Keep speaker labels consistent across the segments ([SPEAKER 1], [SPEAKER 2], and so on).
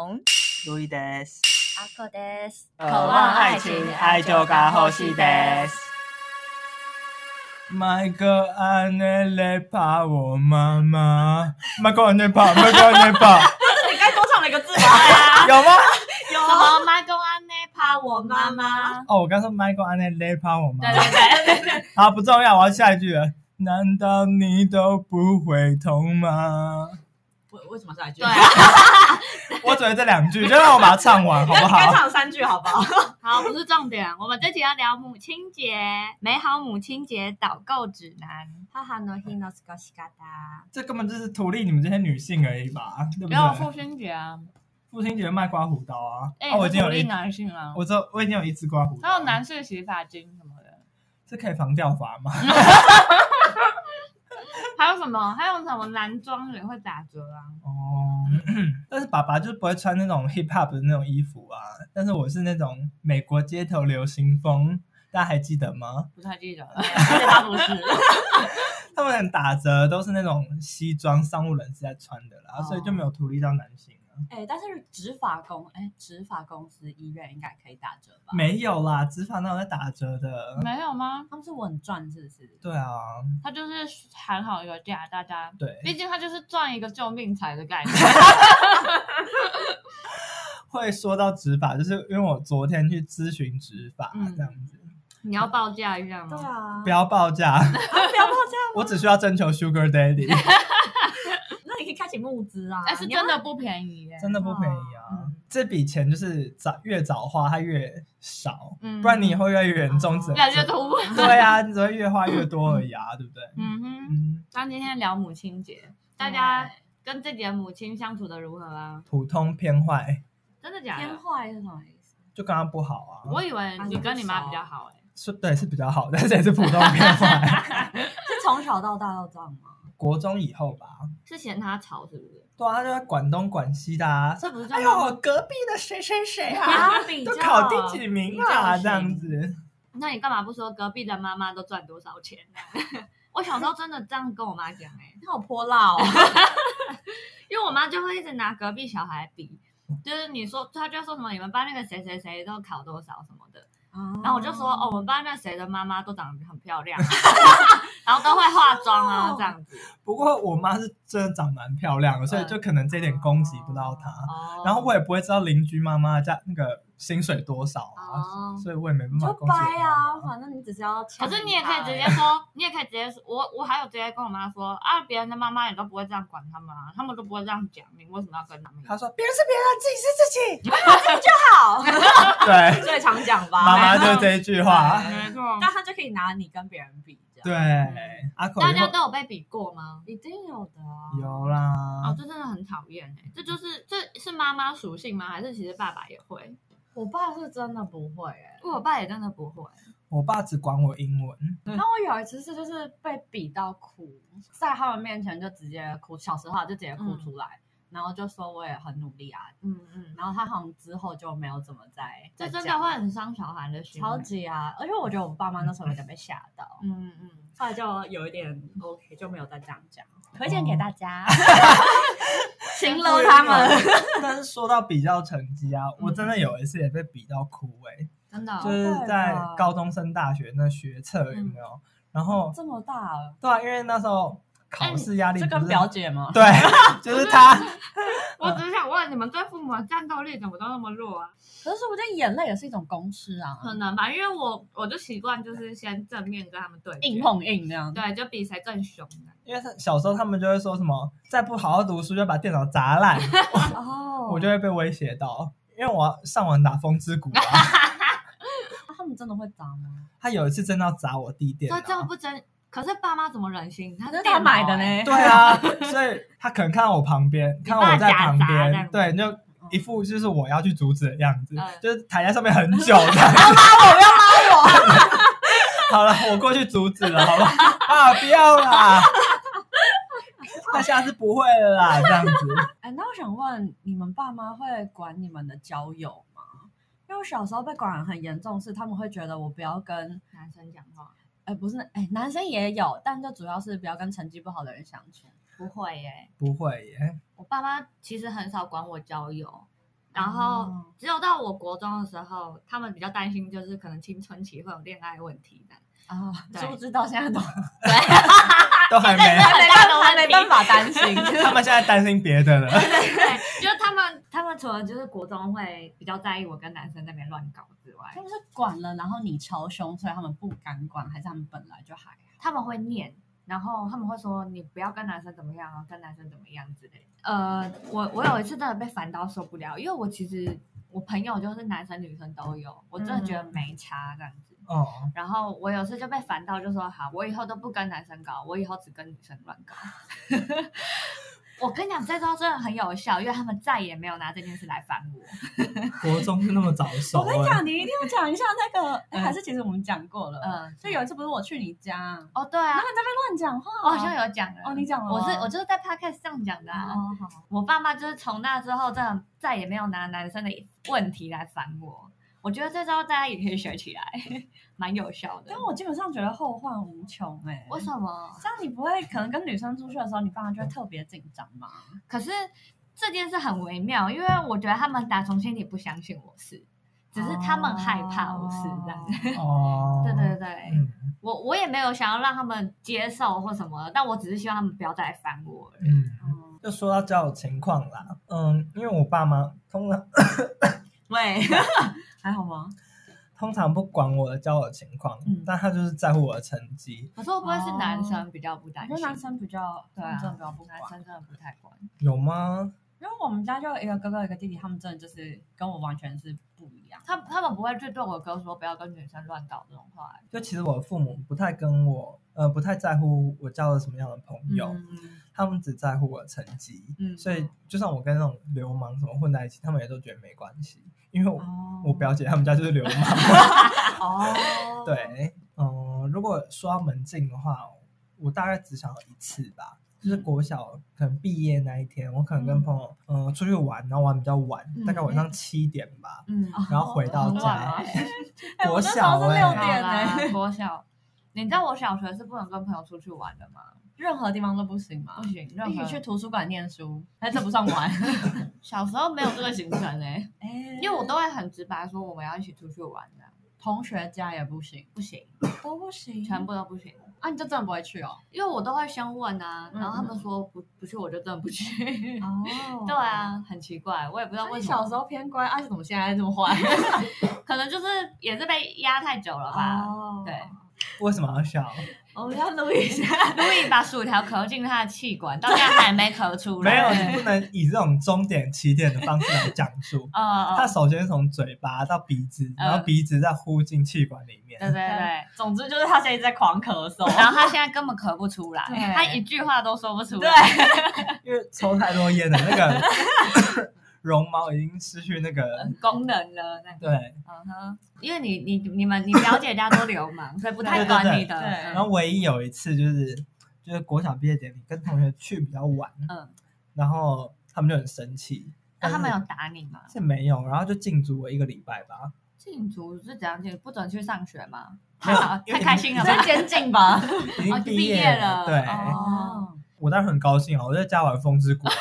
[SPEAKER 1] 龙、
[SPEAKER 2] 路易德斯，
[SPEAKER 1] 阿克德斯，
[SPEAKER 2] 渴
[SPEAKER 1] 望爱情爱就该欲しいです。
[SPEAKER 2] 每个安内来怕我妈妈，每个安内怕，每个安内怕，
[SPEAKER 3] 啊
[SPEAKER 4] 你该多唱了一个字 吧？
[SPEAKER 2] 有吗？
[SPEAKER 4] 有
[SPEAKER 1] 什么妈公安呢？怕我妈妈？
[SPEAKER 2] 哦，我刚说 Michael 安内来怕我妈
[SPEAKER 1] 对
[SPEAKER 2] 妈。
[SPEAKER 1] 对对，
[SPEAKER 2] 好，不重要，我要下一句了。难道你都不会痛吗？
[SPEAKER 4] 为为什么是来句？
[SPEAKER 1] 对啊，
[SPEAKER 2] 我只会这两句，就让我把它唱完，好不
[SPEAKER 4] 该
[SPEAKER 2] 好？
[SPEAKER 4] 唱三句好不好？
[SPEAKER 1] 好，不是重点，我们这集要聊母亲节，美好母亲节导购指南。哈哈诺希诺斯高西嘎达，
[SPEAKER 2] 这根本就是图利你们这些女性而已吧，对不
[SPEAKER 3] 没有
[SPEAKER 2] 对
[SPEAKER 3] 父？亲节啊，
[SPEAKER 2] 父亲节卖刮胡刀啊，
[SPEAKER 3] 哎、
[SPEAKER 2] 啊，我已经有
[SPEAKER 3] 一
[SPEAKER 2] 一，
[SPEAKER 3] 男性啊，
[SPEAKER 2] 我知道我已经有一支刮胡刀
[SPEAKER 3] 还有
[SPEAKER 2] 了，
[SPEAKER 3] 男士洗发精什么的，
[SPEAKER 2] 这可以防掉法吗？
[SPEAKER 3] 还有什么？还有什么男装也会打折啊？
[SPEAKER 2] 哦，但是爸爸就是不会穿那种 hip hop 的那种衣服啊，但是我是那种美国街头流行风，大家还记得吗？
[SPEAKER 3] 不太记得了。
[SPEAKER 4] 他不是，
[SPEAKER 2] 他们很打折都是那种西装商务人士在穿的啦，所以就没有图利到男性啊。
[SPEAKER 4] 哎，但是植发公哎，植发公司医院应该可以打折吧？
[SPEAKER 2] 没有啦，植发那有在打折的。
[SPEAKER 3] 没有吗？
[SPEAKER 4] 他们是稳赚是不是？
[SPEAKER 2] 对啊，
[SPEAKER 3] 他就是喊好一个价，大家，
[SPEAKER 2] 对，
[SPEAKER 3] 毕竟他就是赚一个救命财的概念。
[SPEAKER 2] 会说到植发，就是因为我昨天去咨询植发
[SPEAKER 3] 嗯
[SPEAKER 2] 这样子，
[SPEAKER 1] 你要报价一下吗？
[SPEAKER 4] 对啊
[SPEAKER 2] 不，要报价，
[SPEAKER 4] 不要报价，
[SPEAKER 2] 我只需要征求 Sugar Daddy，
[SPEAKER 4] 那你可以开启募资啊。
[SPEAKER 1] 哎
[SPEAKER 3] 但哎是
[SPEAKER 4] 你要
[SPEAKER 3] 真的不便宜耶，
[SPEAKER 2] 真的不便宜啊。
[SPEAKER 3] 嗯
[SPEAKER 2] 这笔钱就是早越早花，它越少，
[SPEAKER 3] 嗯
[SPEAKER 2] 不然你以后越来越严重，
[SPEAKER 4] 哦
[SPEAKER 2] 只
[SPEAKER 3] 越来越多问。
[SPEAKER 2] 对啊，你只会越花越多而已啊，对不对？
[SPEAKER 3] 嗯哼，
[SPEAKER 2] 嗯，
[SPEAKER 3] 那今天聊母亲节，大家跟自己的母亲相处的如何啊？
[SPEAKER 2] 普通偏坏
[SPEAKER 3] 真的假
[SPEAKER 4] 偏
[SPEAKER 3] 的？
[SPEAKER 4] 坏是什么意思？
[SPEAKER 2] 就刚刚不好啊，
[SPEAKER 3] 我以为你跟你妈比较好哎。
[SPEAKER 2] 是对是比较好， 但是也是普通偏坏。
[SPEAKER 4] 是从小到大都这样吗？
[SPEAKER 2] 国中以后吧，
[SPEAKER 1] 是嫌他吵是不是？
[SPEAKER 2] 对啊，他就在管东管西的啊，
[SPEAKER 3] 这不是叫
[SPEAKER 2] 哎
[SPEAKER 3] 妈妈
[SPEAKER 2] 呦，隔壁的谁谁谁啊，
[SPEAKER 4] 啊，比
[SPEAKER 2] 都
[SPEAKER 4] 较
[SPEAKER 2] 考第几名啊？
[SPEAKER 4] 比较行
[SPEAKER 2] 这样子，
[SPEAKER 1] 那你干嘛不说隔壁的妈妈都赚多少钱 呢？我小时候真的这样跟我妈讲哎、
[SPEAKER 4] 你好泼辣哦。
[SPEAKER 1] 因为我妈就会一直拿隔壁小孩比，就是你说她就说什么你们班那个谁谁谁都考多少什么的，然
[SPEAKER 4] 然
[SPEAKER 1] 后我就说哦，我们班那谁的妈妈都长得很漂亮啊、 然后都会化妆啊这样子。
[SPEAKER 2] 不过我妈是真的长蛮漂亮的，
[SPEAKER 3] 嗯
[SPEAKER 2] 所以就可能这点攻击不到她。
[SPEAKER 1] 哦，
[SPEAKER 2] 然后我也不会知道邻居妈妈家那个薪水多少啊，
[SPEAKER 1] 哦，
[SPEAKER 2] 所以我也没办
[SPEAKER 4] 你
[SPEAKER 2] 法
[SPEAKER 4] 就
[SPEAKER 2] 攻击
[SPEAKER 4] 掰啊，
[SPEAKER 2] 她妈妈。
[SPEAKER 4] 反正你只是要抢
[SPEAKER 1] 可
[SPEAKER 4] 他而已。
[SPEAKER 1] 是你也可以直接 说，你也可以直接说，我我还有直接跟我妈说啊，别人的妈妈也都不会这样管他们啊，他们都不会这样讲，你为什么要跟他们一样？
[SPEAKER 2] 她说：“别人是别人，自己 是自己。
[SPEAKER 4] 好，”
[SPEAKER 2] 对，
[SPEAKER 4] 最常讲吧。
[SPEAKER 2] 妈妈就这一句话。
[SPEAKER 4] 啊
[SPEAKER 3] 没错，
[SPEAKER 4] 但他就可以拿你跟别人比，这样
[SPEAKER 2] 对，阿口
[SPEAKER 1] 大
[SPEAKER 2] 以
[SPEAKER 1] 家
[SPEAKER 2] 后
[SPEAKER 1] 都有被比过吗？
[SPEAKER 4] 一定有的啊。
[SPEAKER 2] 有
[SPEAKER 1] 哦
[SPEAKER 2] 啦，，
[SPEAKER 1] 这真的很讨厌哎，这就是这是妈妈属性吗？还是其实爸爸也会？
[SPEAKER 4] 我爸是真的不会哎、
[SPEAKER 1] 因为我爸也真的不会。
[SPEAKER 2] 我爸只管我英文，
[SPEAKER 4] 然后我有一次是就是被比到哭，在他们面前就直接哭，小时候啊就直接哭出来，然后就说我也很努力啊。
[SPEAKER 1] 嗯嗯，
[SPEAKER 4] 然后他好像之后就没有怎么再
[SPEAKER 1] 这
[SPEAKER 4] 再
[SPEAKER 1] 真的
[SPEAKER 4] 讲
[SPEAKER 1] 会很嗯伤小孩的心。
[SPEAKER 4] 超。级啊，而且我觉得我爸妈那时候有点被吓 到，
[SPEAKER 1] 嗯嗯，
[SPEAKER 4] 后来就有一点 OK，就没有再这样讲。推荐给大家，
[SPEAKER 1] 形容
[SPEAKER 4] 搂他们。
[SPEAKER 2] 啊
[SPEAKER 4] 嗯
[SPEAKER 2] 但是说到比较成绩啊，我真的有一次也被比到哭哎、
[SPEAKER 1] 真的哦、
[SPEAKER 2] 就是在高中升大学那学测有没有？然 后
[SPEAKER 4] 哦这么大了，
[SPEAKER 2] 对啊，因为那时候考试压力
[SPEAKER 4] 哎这
[SPEAKER 2] 不
[SPEAKER 4] 跟
[SPEAKER 2] 是
[SPEAKER 4] 表姐吗？
[SPEAKER 2] 对， 就是他，
[SPEAKER 1] 我只是想问你们对父母的战斗力怎么都那么弱啊？
[SPEAKER 4] 可是我觉得眼泪也是一种公式啊，
[SPEAKER 1] 可能吧，因为我我就习惯就是先正面跟他们对决
[SPEAKER 4] 硬，碰硬这样。
[SPEAKER 1] 对，就比谁更凶的。
[SPEAKER 2] 因为他小时候他们就会说什么，再不好好读书就把电脑砸 烂，
[SPEAKER 4] 哦
[SPEAKER 2] 我就会被威胁到，因为我要上网打风之谷 啊。
[SPEAKER 4] 他们真的会砸吗？
[SPEAKER 2] 他有一次真的要砸我啊弟电
[SPEAKER 1] 所以这样
[SPEAKER 2] 脑。
[SPEAKER 1] 不真，可是爸妈怎么忍心？他
[SPEAKER 4] 那
[SPEAKER 1] 是
[SPEAKER 4] 是他买的
[SPEAKER 1] 电脑欸。
[SPEAKER 4] 呢。
[SPEAKER 2] 对啊， 所以他可能看到我旁边，看到我在旁
[SPEAKER 1] 你爸假砸这
[SPEAKER 2] 边
[SPEAKER 1] 样，
[SPEAKER 2] 对，就一副就是我要去阻止的样子，
[SPEAKER 1] 嗯
[SPEAKER 2] 就是躺在上面很久 的。 好了，我过去阻止了，好不好？ 啊，不要 啦！他下次不会了啦，这样子。
[SPEAKER 4] 哎，那我想问，你们爸妈会管你们的交友吗？因为我小时候被管得很严重，是他们会觉得我不要跟，
[SPEAKER 1] 男生讲话
[SPEAKER 4] 哎，不是，哎，男生也有，但就主要是不要跟成绩不好的人相处。
[SPEAKER 1] 不会耶、
[SPEAKER 2] 不会耶，
[SPEAKER 1] 我爸妈其实很少管我交友，然后
[SPEAKER 4] 哦
[SPEAKER 1] 只有到我国中的时候，他们比较担心，就是可能青春期会有恋爱问题 的。
[SPEAKER 4] 啊，
[SPEAKER 1] 对
[SPEAKER 4] 殊不知到现 在都
[SPEAKER 2] 都还没，
[SPEAKER 1] 很大的问
[SPEAKER 4] 还
[SPEAKER 1] 题
[SPEAKER 4] 没办法担 心。
[SPEAKER 2] 他们现在担心别的了。
[SPEAKER 1] 对，就是他们，他们除了就是国中会比较在意我跟男生那边乱搞之外
[SPEAKER 4] 他，们是管了，然后你超凶，所以他们不敢管，还是他们本来就还好？
[SPEAKER 1] 他们会念，然后他们会说你不要跟男生怎么样，跟男生怎么样之类的。呃，我我有一次真的被烦到受不了，因为我其实我朋友就是男生女生都有，我真的觉得没差这样子。
[SPEAKER 2] 哦，
[SPEAKER 1] 然后我有次就被烦到，就说好，我以后都不跟男生搞，我以后只跟女生乱搞。 我跟你讲，这招真的很有效，因为他们再也没有拿这件事来烦我。嗯
[SPEAKER 2] 国中就那么早熟、
[SPEAKER 4] 我跟你
[SPEAKER 2] 欸，
[SPEAKER 4] 讲，你一定要讲一下那 个，哎
[SPEAKER 1] 嗯
[SPEAKER 4] 还是其实我们讲过了。
[SPEAKER 1] 嗯，
[SPEAKER 4] 就呃有一次不是我去你家，
[SPEAKER 1] 哦，对啊
[SPEAKER 4] 然后，你在那边乱讲话，
[SPEAKER 1] 我好像有讲了。
[SPEAKER 4] 哦，你讲了吗，
[SPEAKER 1] 我是我就是在 podcast 上讲的、啊。
[SPEAKER 4] 哦，好，
[SPEAKER 1] 我爸妈就是从那之后，真的再也没有拿男生的问题来烦我。我觉得这招大家也可以学起来， 蛮有效的
[SPEAKER 4] 但。我基本上觉得后患无穷哎、
[SPEAKER 1] 为什么？
[SPEAKER 4] 像你不会可能跟女生出去的时候，你爸妈就会特别紧张嘛？
[SPEAKER 1] 可是这件事很微妙，因为我觉得他们打从心里不相信我是，只是他们害怕我是这样。
[SPEAKER 4] 样。
[SPEAKER 2] 哦，
[SPEAKER 1] 对对对，
[SPEAKER 2] 嗯
[SPEAKER 1] 我我也没有想要让他们接受或什么，但我只是希望他们不要再来烦我而已。
[SPEAKER 2] 嗯，
[SPEAKER 4] 哦
[SPEAKER 2] 就说到交友情况啦，嗯，因为我爸妈通常
[SPEAKER 4] 喂， 还好吗？
[SPEAKER 2] 通常不管我的交友情况，
[SPEAKER 1] 嗯
[SPEAKER 2] 但他就是在乎我的成绩，
[SPEAKER 1] 可是会不会是男生比较
[SPEAKER 4] 哦
[SPEAKER 1] 不
[SPEAKER 4] 我
[SPEAKER 1] 担
[SPEAKER 4] 觉得
[SPEAKER 1] 心？
[SPEAKER 4] 男生比较
[SPEAKER 1] 对啊
[SPEAKER 4] 真的比较不管
[SPEAKER 1] 男，生真的不太管。
[SPEAKER 2] 有吗？
[SPEAKER 4] 因为我们家就有一个哥哥一个弟弟，他们真的就是跟我完全是不一样。
[SPEAKER 1] 他他们不会去对我哥说不要跟女生乱搞这种话、
[SPEAKER 2] 就其实我父母不太跟我，呃，不太在乎我交了什么样的朋友，
[SPEAKER 1] 嗯
[SPEAKER 2] 他们只在乎我的成绩，
[SPEAKER 1] 嗯
[SPEAKER 2] 所以就算我跟那种流氓什么混在一起，他们也都觉得没关系，因为我、
[SPEAKER 4] 哦
[SPEAKER 2] 我表姐他们家就是流氓。
[SPEAKER 4] 哦，
[SPEAKER 2] 对，嗯、如果说到门禁的话，我大概只想要一次吧，就是国小可能毕业那一天，我可能跟朋友嗯、呃出去玩，然后玩比较晚，大概晚上七点吧，
[SPEAKER 1] 嗯，
[SPEAKER 2] 然后回到
[SPEAKER 1] 很晚
[SPEAKER 2] 家
[SPEAKER 1] 啊。，
[SPEAKER 4] 哎
[SPEAKER 2] 哦国
[SPEAKER 4] 我那时
[SPEAKER 2] 小
[SPEAKER 4] 候是
[SPEAKER 2] 哎、
[SPEAKER 4] 六
[SPEAKER 1] 好
[SPEAKER 4] 点
[SPEAKER 1] 啦
[SPEAKER 4] 呢，
[SPEAKER 1] 国小，你知道我小学是不能跟朋友出去玩的吗？
[SPEAKER 4] 任何地方都不行嘛
[SPEAKER 1] 不。行，任
[SPEAKER 4] 一起
[SPEAKER 1] 何
[SPEAKER 4] 去图书馆念书，哎，这不算玩。
[SPEAKER 1] 小时候没有这个行程哎、
[SPEAKER 4] 哎，
[SPEAKER 1] 因为我都会很直白说我们要一起出去玩的，
[SPEAKER 4] 同学家也不行，嗯
[SPEAKER 1] 不行，
[SPEAKER 4] 都不行
[SPEAKER 1] 全部都不行。
[SPEAKER 4] 啊，你就真的不会去哦？
[SPEAKER 1] 因为我都会先问啊，
[SPEAKER 4] 嗯
[SPEAKER 1] 然后他们说不不去，我就真的不去。，
[SPEAKER 4] 哦
[SPEAKER 1] 对，啊，很奇怪，我也不知道
[SPEAKER 4] 那
[SPEAKER 1] 为
[SPEAKER 4] 你
[SPEAKER 1] 什
[SPEAKER 4] 小
[SPEAKER 1] 么，
[SPEAKER 4] 时候偏乖，啊，怎么现在这么坏？
[SPEAKER 1] 可能就是也是被压太久了吧。
[SPEAKER 4] 哦
[SPEAKER 1] 对，
[SPEAKER 2] 为什么要笑？
[SPEAKER 4] 我们要录一下。
[SPEAKER 1] 路易把薯条咳进他的气管，到现在还没咳出
[SPEAKER 2] 没有，
[SPEAKER 1] 来。。
[SPEAKER 2] 你不能以这种终点起点的方式来讲述
[SPEAKER 1] 呃，
[SPEAKER 2] 它首先从嘴巴到鼻子，然后
[SPEAKER 1] 嗯
[SPEAKER 2] 鼻子再呼进气管里面。
[SPEAKER 1] 对对对。
[SPEAKER 4] 总之就是他现在一直在狂咳嗽。
[SPEAKER 1] 然后他现在根本咳不出来，
[SPEAKER 4] 对
[SPEAKER 1] 他一句话都说不 出
[SPEAKER 4] 对
[SPEAKER 1] 来。，
[SPEAKER 2] 因为抽太多烟的那个 绒毛已经失去那
[SPEAKER 4] 嗯
[SPEAKER 2] 个
[SPEAKER 1] 功能了，那个
[SPEAKER 2] 对，
[SPEAKER 1] 嗯哼，因为你你你们你表姐家都流氓，所以不太管你的。嗯
[SPEAKER 4] 对对对
[SPEAKER 2] 然后唯一有一次就是就是国小毕业典礼跟同学去比较晚，
[SPEAKER 1] 嗯，
[SPEAKER 2] 然后他们就很生气，
[SPEAKER 1] 那
[SPEAKER 2] 但
[SPEAKER 1] 他们
[SPEAKER 2] 是
[SPEAKER 1] 有打你吗？
[SPEAKER 2] 是没有，然后就禁足我一个礼拜吧，
[SPEAKER 1] 禁足是怎样禁？不准去上学吗？
[SPEAKER 2] 没
[SPEAKER 1] 太
[SPEAKER 2] 有
[SPEAKER 1] 好
[SPEAKER 2] 因为
[SPEAKER 1] 太开心了
[SPEAKER 4] 在
[SPEAKER 1] 吧？
[SPEAKER 4] 监禁吧。
[SPEAKER 2] 已经
[SPEAKER 1] 哦
[SPEAKER 2] 毕
[SPEAKER 1] 毕业了
[SPEAKER 2] 对，
[SPEAKER 1] 哦
[SPEAKER 4] 哦，
[SPEAKER 2] 我当然很高兴啊，我在家玩风之 谷啊，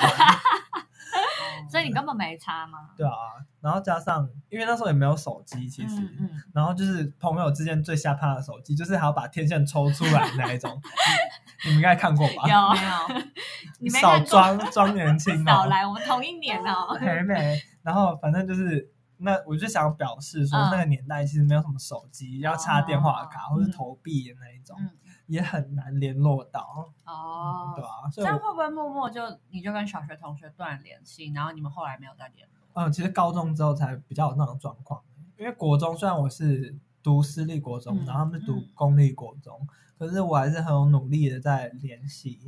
[SPEAKER 1] 所以你根本没差吗？
[SPEAKER 2] 对啊，然后加上因为那时候也没有手机，其实。
[SPEAKER 1] 嗯嗯，
[SPEAKER 2] 然后就是朋友之间最下怕的手机，就是还要把天线抽出来那一 种，你你们应该看过吧？
[SPEAKER 1] 有
[SPEAKER 4] 没有，
[SPEAKER 1] 你没
[SPEAKER 2] 少
[SPEAKER 1] 看过？
[SPEAKER 2] 装装年轻
[SPEAKER 1] 少
[SPEAKER 2] 哦，
[SPEAKER 1] 来，我们同一年 哦。
[SPEAKER 2] 还没。然后反正就是，那我就想表示说，
[SPEAKER 1] 嗯
[SPEAKER 2] 那个年代其实没有什么手机，要插电话卡或是投币的那一种，
[SPEAKER 4] 哦嗯
[SPEAKER 2] 也很难联络到，
[SPEAKER 1] 哦
[SPEAKER 2] 对，吧、
[SPEAKER 4] 这
[SPEAKER 2] 所以
[SPEAKER 4] 样
[SPEAKER 2] 我，
[SPEAKER 4] 会不会默默就你就跟小学同学断联系，然后你们后来没有再联络？
[SPEAKER 2] 嗯，其实高中之后才比较有那种状况，因为国中虽然我是读私立国中，
[SPEAKER 4] 嗯
[SPEAKER 2] 然后他们是读
[SPEAKER 4] 嗯
[SPEAKER 2] 公立国中，可是我还是很有努力的在联系。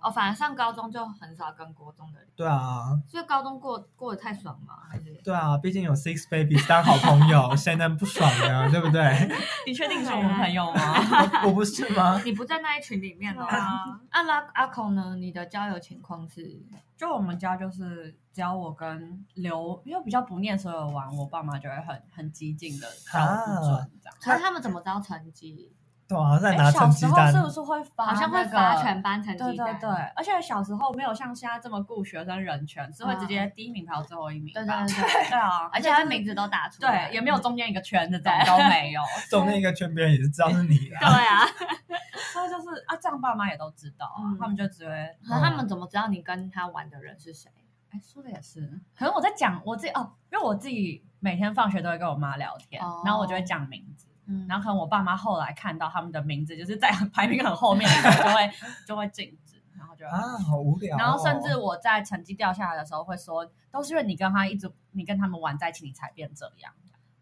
[SPEAKER 1] 哦，反而上高中就很少跟国中的人，
[SPEAKER 2] 对啊，
[SPEAKER 1] 所以高中过过得太爽吗？还是
[SPEAKER 2] 对啊，毕竟有 Six Babies 当好朋友， 谁能不爽呢？对不对？
[SPEAKER 4] 你确定是我们朋友吗？
[SPEAKER 2] 我我不是吗？
[SPEAKER 1] 你不在那一群里面哦？
[SPEAKER 4] 啊，
[SPEAKER 1] 阿拉阿孔呢？你的交友情况是
[SPEAKER 4] 就我们家就是只要我跟刘，因为比较不念书的
[SPEAKER 2] 啊
[SPEAKER 4] 玩，我爸妈就会很很激进的教我不准这样。
[SPEAKER 1] 可是他们怎么知道成绩？
[SPEAKER 2] 对啊，在
[SPEAKER 4] 哎
[SPEAKER 2] 拿
[SPEAKER 4] 小
[SPEAKER 2] 成
[SPEAKER 4] 时
[SPEAKER 2] 绩
[SPEAKER 4] 候
[SPEAKER 2] 单
[SPEAKER 4] 是，不是会发、
[SPEAKER 1] 好像会发全班成绩单
[SPEAKER 4] 啊对。对对，而且小时候没有像现在这么顾学生人权，是会直接第一名排到最后一名吧。
[SPEAKER 1] 对对
[SPEAKER 4] 嗯
[SPEAKER 1] 对
[SPEAKER 4] 对啊，
[SPEAKER 1] 而且他名字都打出来，嗯
[SPEAKER 4] 对也没有中间一个圈这种都没 有，
[SPEAKER 2] 中那个圈，别人也是知道是你
[SPEAKER 3] 对
[SPEAKER 2] 啊。
[SPEAKER 3] 啊，
[SPEAKER 4] 所以就是啊，这样爸妈也都知道啊，
[SPEAKER 1] 嗯
[SPEAKER 4] 他们就只会
[SPEAKER 1] 可是他们怎么知道你跟他玩的人是谁？
[SPEAKER 4] 哎，说的也是。可能我在讲我自己哦，因为我自己每天放学都会跟我妈聊天，
[SPEAKER 1] 哦
[SPEAKER 4] 然后我就会讲名字。
[SPEAKER 1] 嗯
[SPEAKER 4] 然后可能我爸妈后来看到他们的名字，就是在排名很后面的时候，就 会就会禁止，然后就会
[SPEAKER 2] 啊，好无聊哦。
[SPEAKER 4] 然后甚至我在成绩掉下来的时候会说，都是因为你跟他一直，你跟他们玩在一起，你才变这样。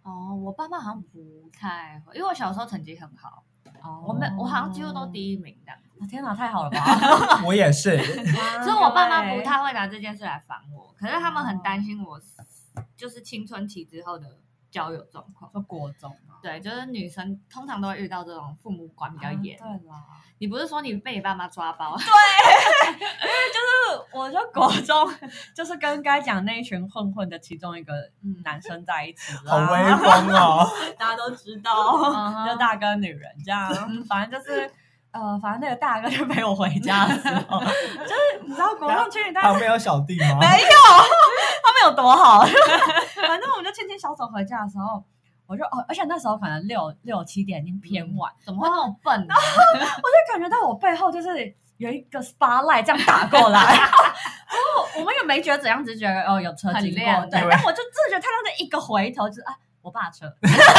[SPEAKER 1] 哦，我爸妈好像不太会，因为我小时候成绩很好，
[SPEAKER 4] 哦啊
[SPEAKER 1] 我们我好像几乎都第一名的，
[SPEAKER 4] 天哪，太好了 吧！
[SPEAKER 2] 我也是，
[SPEAKER 1] 所以我爸妈
[SPEAKER 4] 欸
[SPEAKER 1] 不太会拿这件事来烦我，可是他们很
[SPEAKER 4] 哦
[SPEAKER 1] 担心我，就是青春期之后的交友状况。
[SPEAKER 4] 说国中嘛，
[SPEAKER 1] 对，就是女生通常都会遇到这种父母管比较严。
[SPEAKER 4] 啊对啦，
[SPEAKER 1] 你不是说你被你爸妈抓包？
[SPEAKER 4] 就是我就国中就是跟该讲那一群混混的其中一个
[SPEAKER 1] 嗯
[SPEAKER 4] 男生在一起啦，
[SPEAKER 2] 好威风 哦。
[SPEAKER 4] 大家都知道，
[SPEAKER 1] 嗯哼
[SPEAKER 4] 就大哥女人这样，反正就是。呃，反正那个大哥就陪我回家 的时候，就是你知道国中去，但
[SPEAKER 2] 旁边有小弟吗？
[SPEAKER 4] 没有，他们有多好。 反正我们就牵牵小手回家的时候，我就哦，而且那时候可能六六七点已经偏晚，
[SPEAKER 1] 怎么会那么笨呢？
[SPEAKER 4] 我就感觉到我背后就是有一个 spotlight 这样打过来。然后我们也没觉得怎样，只是觉得哦有车经
[SPEAKER 1] 很
[SPEAKER 4] 过，
[SPEAKER 1] 亮
[SPEAKER 4] 对。
[SPEAKER 2] 对
[SPEAKER 4] 但我就自觉看到那一个回头，就是啊我爸的车。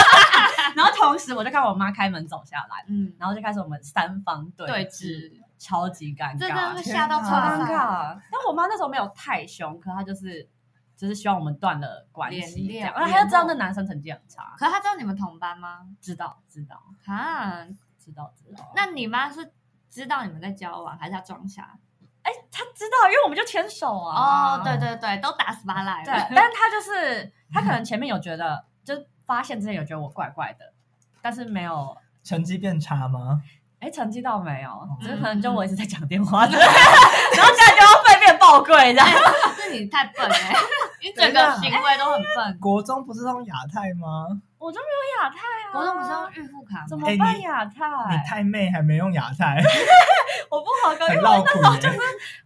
[SPEAKER 4] 然后同时我就看我妈开门走下来，
[SPEAKER 1] 嗯，
[SPEAKER 4] 然后就开始我们三方 对
[SPEAKER 1] 对
[SPEAKER 4] 峙，
[SPEAKER 1] 峙，
[SPEAKER 4] 超级尴尬，
[SPEAKER 1] 真的会
[SPEAKER 2] 天
[SPEAKER 1] 吓到
[SPEAKER 2] 哪
[SPEAKER 1] 超
[SPEAKER 4] 超尴
[SPEAKER 1] 尬。
[SPEAKER 4] 尬。但我妈那时候没有太凶，可她就是就是希望我们断了关系，
[SPEAKER 1] 连
[SPEAKER 4] 这
[SPEAKER 1] 练
[SPEAKER 4] 样。然后她就知道那男生成绩很差，
[SPEAKER 1] 可是他知道你们同班吗？
[SPEAKER 4] 知道知道
[SPEAKER 1] 啊，
[SPEAKER 4] 知道知道。
[SPEAKER 1] 那你妈是知道你们在交往，还是她装傻？
[SPEAKER 4] 哎，她知道，因为我们就牵手啊。
[SPEAKER 1] 哦，对对对，都打 SPA 来
[SPEAKER 4] 对
[SPEAKER 1] 了。，
[SPEAKER 4] 但她就是她可能前面有觉得，就发现之前有觉得我怪怪的，但是没有。
[SPEAKER 2] 成绩变差吗？
[SPEAKER 4] 哎，成绩倒没有，只是可能
[SPEAKER 1] 嗯
[SPEAKER 4] 就我一直在讲电话， 对然后现在就要背面爆跪这样。
[SPEAKER 1] 是你太笨哎，你整
[SPEAKER 2] 等一
[SPEAKER 1] 个
[SPEAKER 2] 下
[SPEAKER 1] 行为都很笨。
[SPEAKER 2] 国中不是用亚太吗？
[SPEAKER 4] 我就没有亚太啊，
[SPEAKER 1] 国中不是用预付卡
[SPEAKER 4] 怎
[SPEAKER 1] 吗？
[SPEAKER 4] 么
[SPEAKER 2] 哎你
[SPEAKER 4] 办亚太？
[SPEAKER 2] 你太妹还没用亚 太，
[SPEAKER 4] 我不合格，
[SPEAKER 2] 很
[SPEAKER 4] 因 为
[SPEAKER 2] 绕口
[SPEAKER 4] 那时候就
[SPEAKER 2] 耶
[SPEAKER 4] 是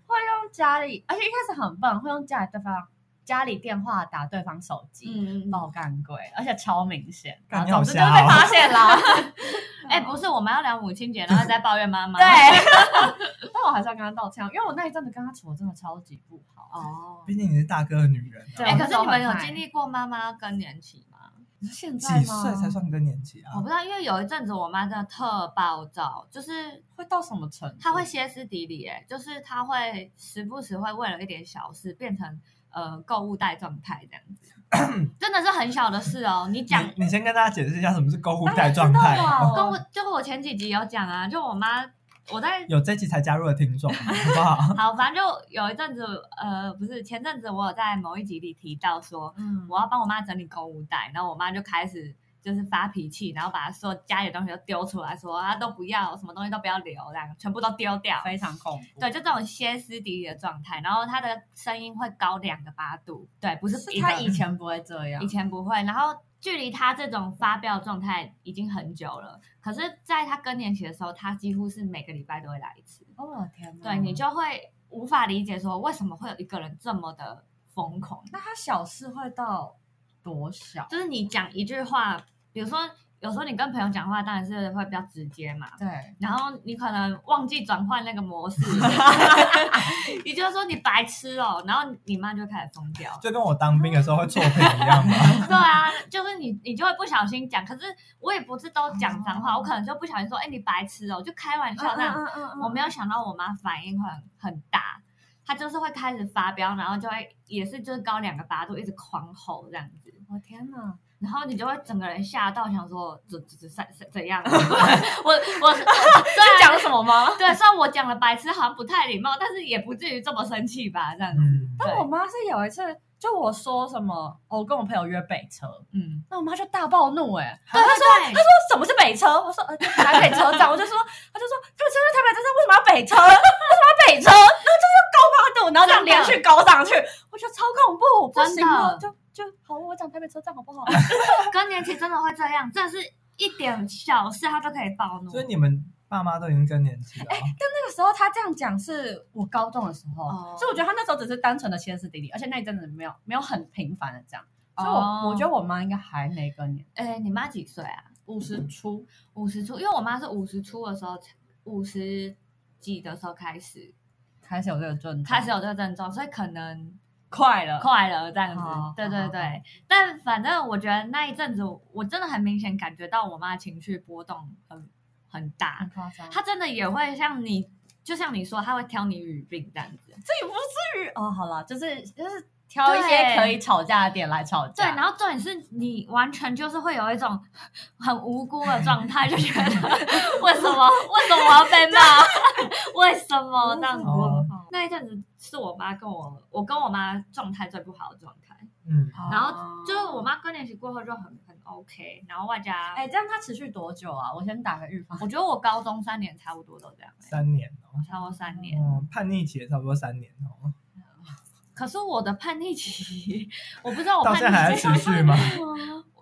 [SPEAKER 4] 会用家里，而且一开始很笨，会用家里对方家里电话打对方手机，
[SPEAKER 1] 嗯嗯嗯。
[SPEAKER 4] 爆干鬼，而且超明显，
[SPEAKER 2] 干
[SPEAKER 4] 然
[SPEAKER 2] 你
[SPEAKER 4] 后
[SPEAKER 2] 好
[SPEAKER 4] 总之就被
[SPEAKER 2] 瞎哦
[SPEAKER 4] 发现了。
[SPEAKER 1] 哎，不是，我们要聊母亲节，然后再抱怨妈妈。
[SPEAKER 4] 对， 但我还是要跟他道歉，因为我那一阵子跟他处的真的超级不好。
[SPEAKER 1] 哦。
[SPEAKER 2] 毕竟你是大哥的女人啊、
[SPEAKER 4] 对
[SPEAKER 1] 哎，
[SPEAKER 4] 我
[SPEAKER 1] 可
[SPEAKER 4] 那时
[SPEAKER 1] 是
[SPEAKER 4] 候
[SPEAKER 1] 你们
[SPEAKER 4] 很
[SPEAKER 1] 有
[SPEAKER 4] 爱
[SPEAKER 1] 经历过妈妈更年期吗？
[SPEAKER 4] 现在
[SPEAKER 2] 几
[SPEAKER 4] 吗
[SPEAKER 2] 岁才算更年期啊
[SPEAKER 1] 我？不知道，因为有一阵子我妈真的特暴躁，就是
[SPEAKER 4] 会到什么程度？
[SPEAKER 1] 她会歇斯底里，哎，就是她会时不时会为了一点小事变成呃购物袋状态这样子，真的是很小的事哦。你讲
[SPEAKER 2] 你你先跟大家解释一下什么是购物
[SPEAKER 4] 当
[SPEAKER 2] 袋
[SPEAKER 4] 然
[SPEAKER 2] 状
[SPEAKER 4] 知道
[SPEAKER 2] 态，
[SPEAKER 4] 啊
[SPEAKER 1] 跟我就我前几集有讲啊，就我妈我 在
[SPEAKER 2] 有这集才加入的听众，好不好？
[SPEAKER 1] 好，反正就有一阵子，呃，不是前阵子我有在某一集里提到说，
[SPEAKER 4] 嗯
[SPEAKER 1] 我要帮我妈整理购物袋，然后我妈就开始就是发脾气，然后把所有家里的东西都丢出来说，啊都不要，什么东西都不要留，这样全部都丢掉。
[SPEAKER 4] 非常恐怖。
[SPEAKER 1] 对，，就这种歇斯底里的状态，然后她的声音会高两个八度，对，不是
[SPEAKER 4] 是
[SPEAKER 1] 一个
[SPEAKER 4] 他以前不会这样
[SPEAKER 1] 以，前不会，然后距离他这种发飙状态已经很久了。可是，在他更年期的时候，他几乎是每个礼拜都会来一次。
[SPEAKER 4] 哦我的天哪！
[SPEAKER 1] 对你就会无法理解说为什么会有一个人这么的疯狂，
[SPEAKER 4] 那他小事会到多小？
[SPEAKER 1] 就是你讲一句话，比如说有时候你跟朋友讲话，当然是会比较直接嘛。
[SPEAKER 4] 对，
[SPEAKER 1] 然后你可能忘记转换那个模式， 也就是说你白痴哦，然后你妈就开始疯掉。
[SPEAKER 2] 就跟我当兵的时候会作品一样 嘛。
[SPEAKER 1] 对啊，就是你，你就会不小心讲。可是我也不是都讲脏话，我可能就不小心说，哎、你白痴哦，就开玩笑那样。
[SPEAKER 4] 嗯
[SPEAKER 1] 我没有想到我妈反应会很很大，她就是会开始发飙，然后就会也是就是高两个八度，一直狂吼这样子。
[SPEAKER 4] 我天哪！
[SPEAKER 1] 然后你就会整个人吓到，想说怎怎怎怎怎样？我我对
[SPEAKER 4] 讲什么吗？
[SPEAKER 1] 对，虽然我讲了白痴好像不太礼貌，但是也不至于这么生气吧？这样子，
[SPEAKER 2] 嗯，
[SPEAKER 4] 但
[SPEAKER 1] 对
[SPEAKER 4] 我妈是有一次，就我说什么，哦我跟我朋友约北车，
[SPEAKER 1] 嗯，
[SPEAKER 4] 那我妈就大暴怒、欸，哎，她
[SPEAKER 1] 对对对，
[SPEAKER 4] 说什么是北车？我说呃，就台北车站，我就说，她就说他们车是台北车站，为什么要北车？为什么要北车？然后就是高八度，然后这样
[SPEAKER 1] 真
[SPEAKER 4] 连
[SPEAKER 1] 的
[SPEAKER 4] 续高上去，我觉得超恐怖，不
[SPEAKER 1] 真的
[SPEAKER 4] 行了，就就好，我讲台北车站好不好？
[SPEAKER 1] 更年期真的会这样，真的是一点小事他都可以暴怒。
[SPEAKER 2] 所以你们爸妈都已经更年期了，
[SPEAKER 4] 那个时候他这样讲是我高中的时候，
[SPEAKER 1] 哦
[SPEAKER 4] 所以我觉得他那时候只是单纯的歇斯底里，而且那一阵子没有没有很频繁的这样，
[SPEAKER 1] 哦
[SPEAKER 4] 所以我我觉得我妈应该还没更年，
[SPEAKER 1] 哎，你妈几岁啊？
[SPEAKER 4] 五十出，
[SPEAKER 1] 五十出，因为我妈是五十出的时候，五十几的时候开始
[SPEAKER 4] 开始有这个症状，
[SPEAKER 1] 开始有这个症状，所以可能
[SPEAKER 4] 快了，
[SPEAKER 1] 快了这样子
[SPEAKER 4] 好。
[SPEAKER 1] 对
[SPEAKER 4] 好
[SPEAKER 1] 对
[SPEAKER 4] 好
[SPEAKER 1] 对，但反正我觉得那一阵子，我真的很明显感觉到我妈情绪波动很很大
[SPEAKER 4] 很，夸张，
[SPEAKER 1] 她真的也会像你，就像你说，她会挑你语病这样子。
[SPEAKER 4] 这也不至于哦，好了，就是就是挑一
[SPEAKER 1] 对
[SPEAKER 4] 些可以吵架的点来吵
[SPEAKER 1] 对，
[SPEAKER 4] 架，
[SPEAKER 1] 然后重点是你完全就是会有一种很无辜的状态，就觉得为什么为什么我要被骂？ 为什么这样子？
[SPEAKER 2] 哦
[SPEAKER 1] 那一阵子是我妈跟我，我跟我妈状态最不好的状态，
[SPEAKER 2] 嗯，
[SPEAKER 1] 然后就是我妈更年期过后就很很 OK，然后外加，
[SPEAKER 4] 哎、这样它持续多久啊？我先打个预防。
[SPEAKER 1] 我觉得我高中三年差不多都这样、欸，
[SPEAKER 2] 三年哦，
[SPEAKER 1] 差不多三年。
[SPEAKER 2] 哦，叛逆期也差不多三年哦，
[SPEAKER 1] 可是我的叛逆期，我不知道我
[SPEAKER 2] 到
[SPEAKER 1] 叛
[SPEAKER 2] 现在还
[SPEAKER 1] 哦逆
[SPEAKER 2] 在
[SPEAKER 1] 期
[SPEAKER 2] 持续吗？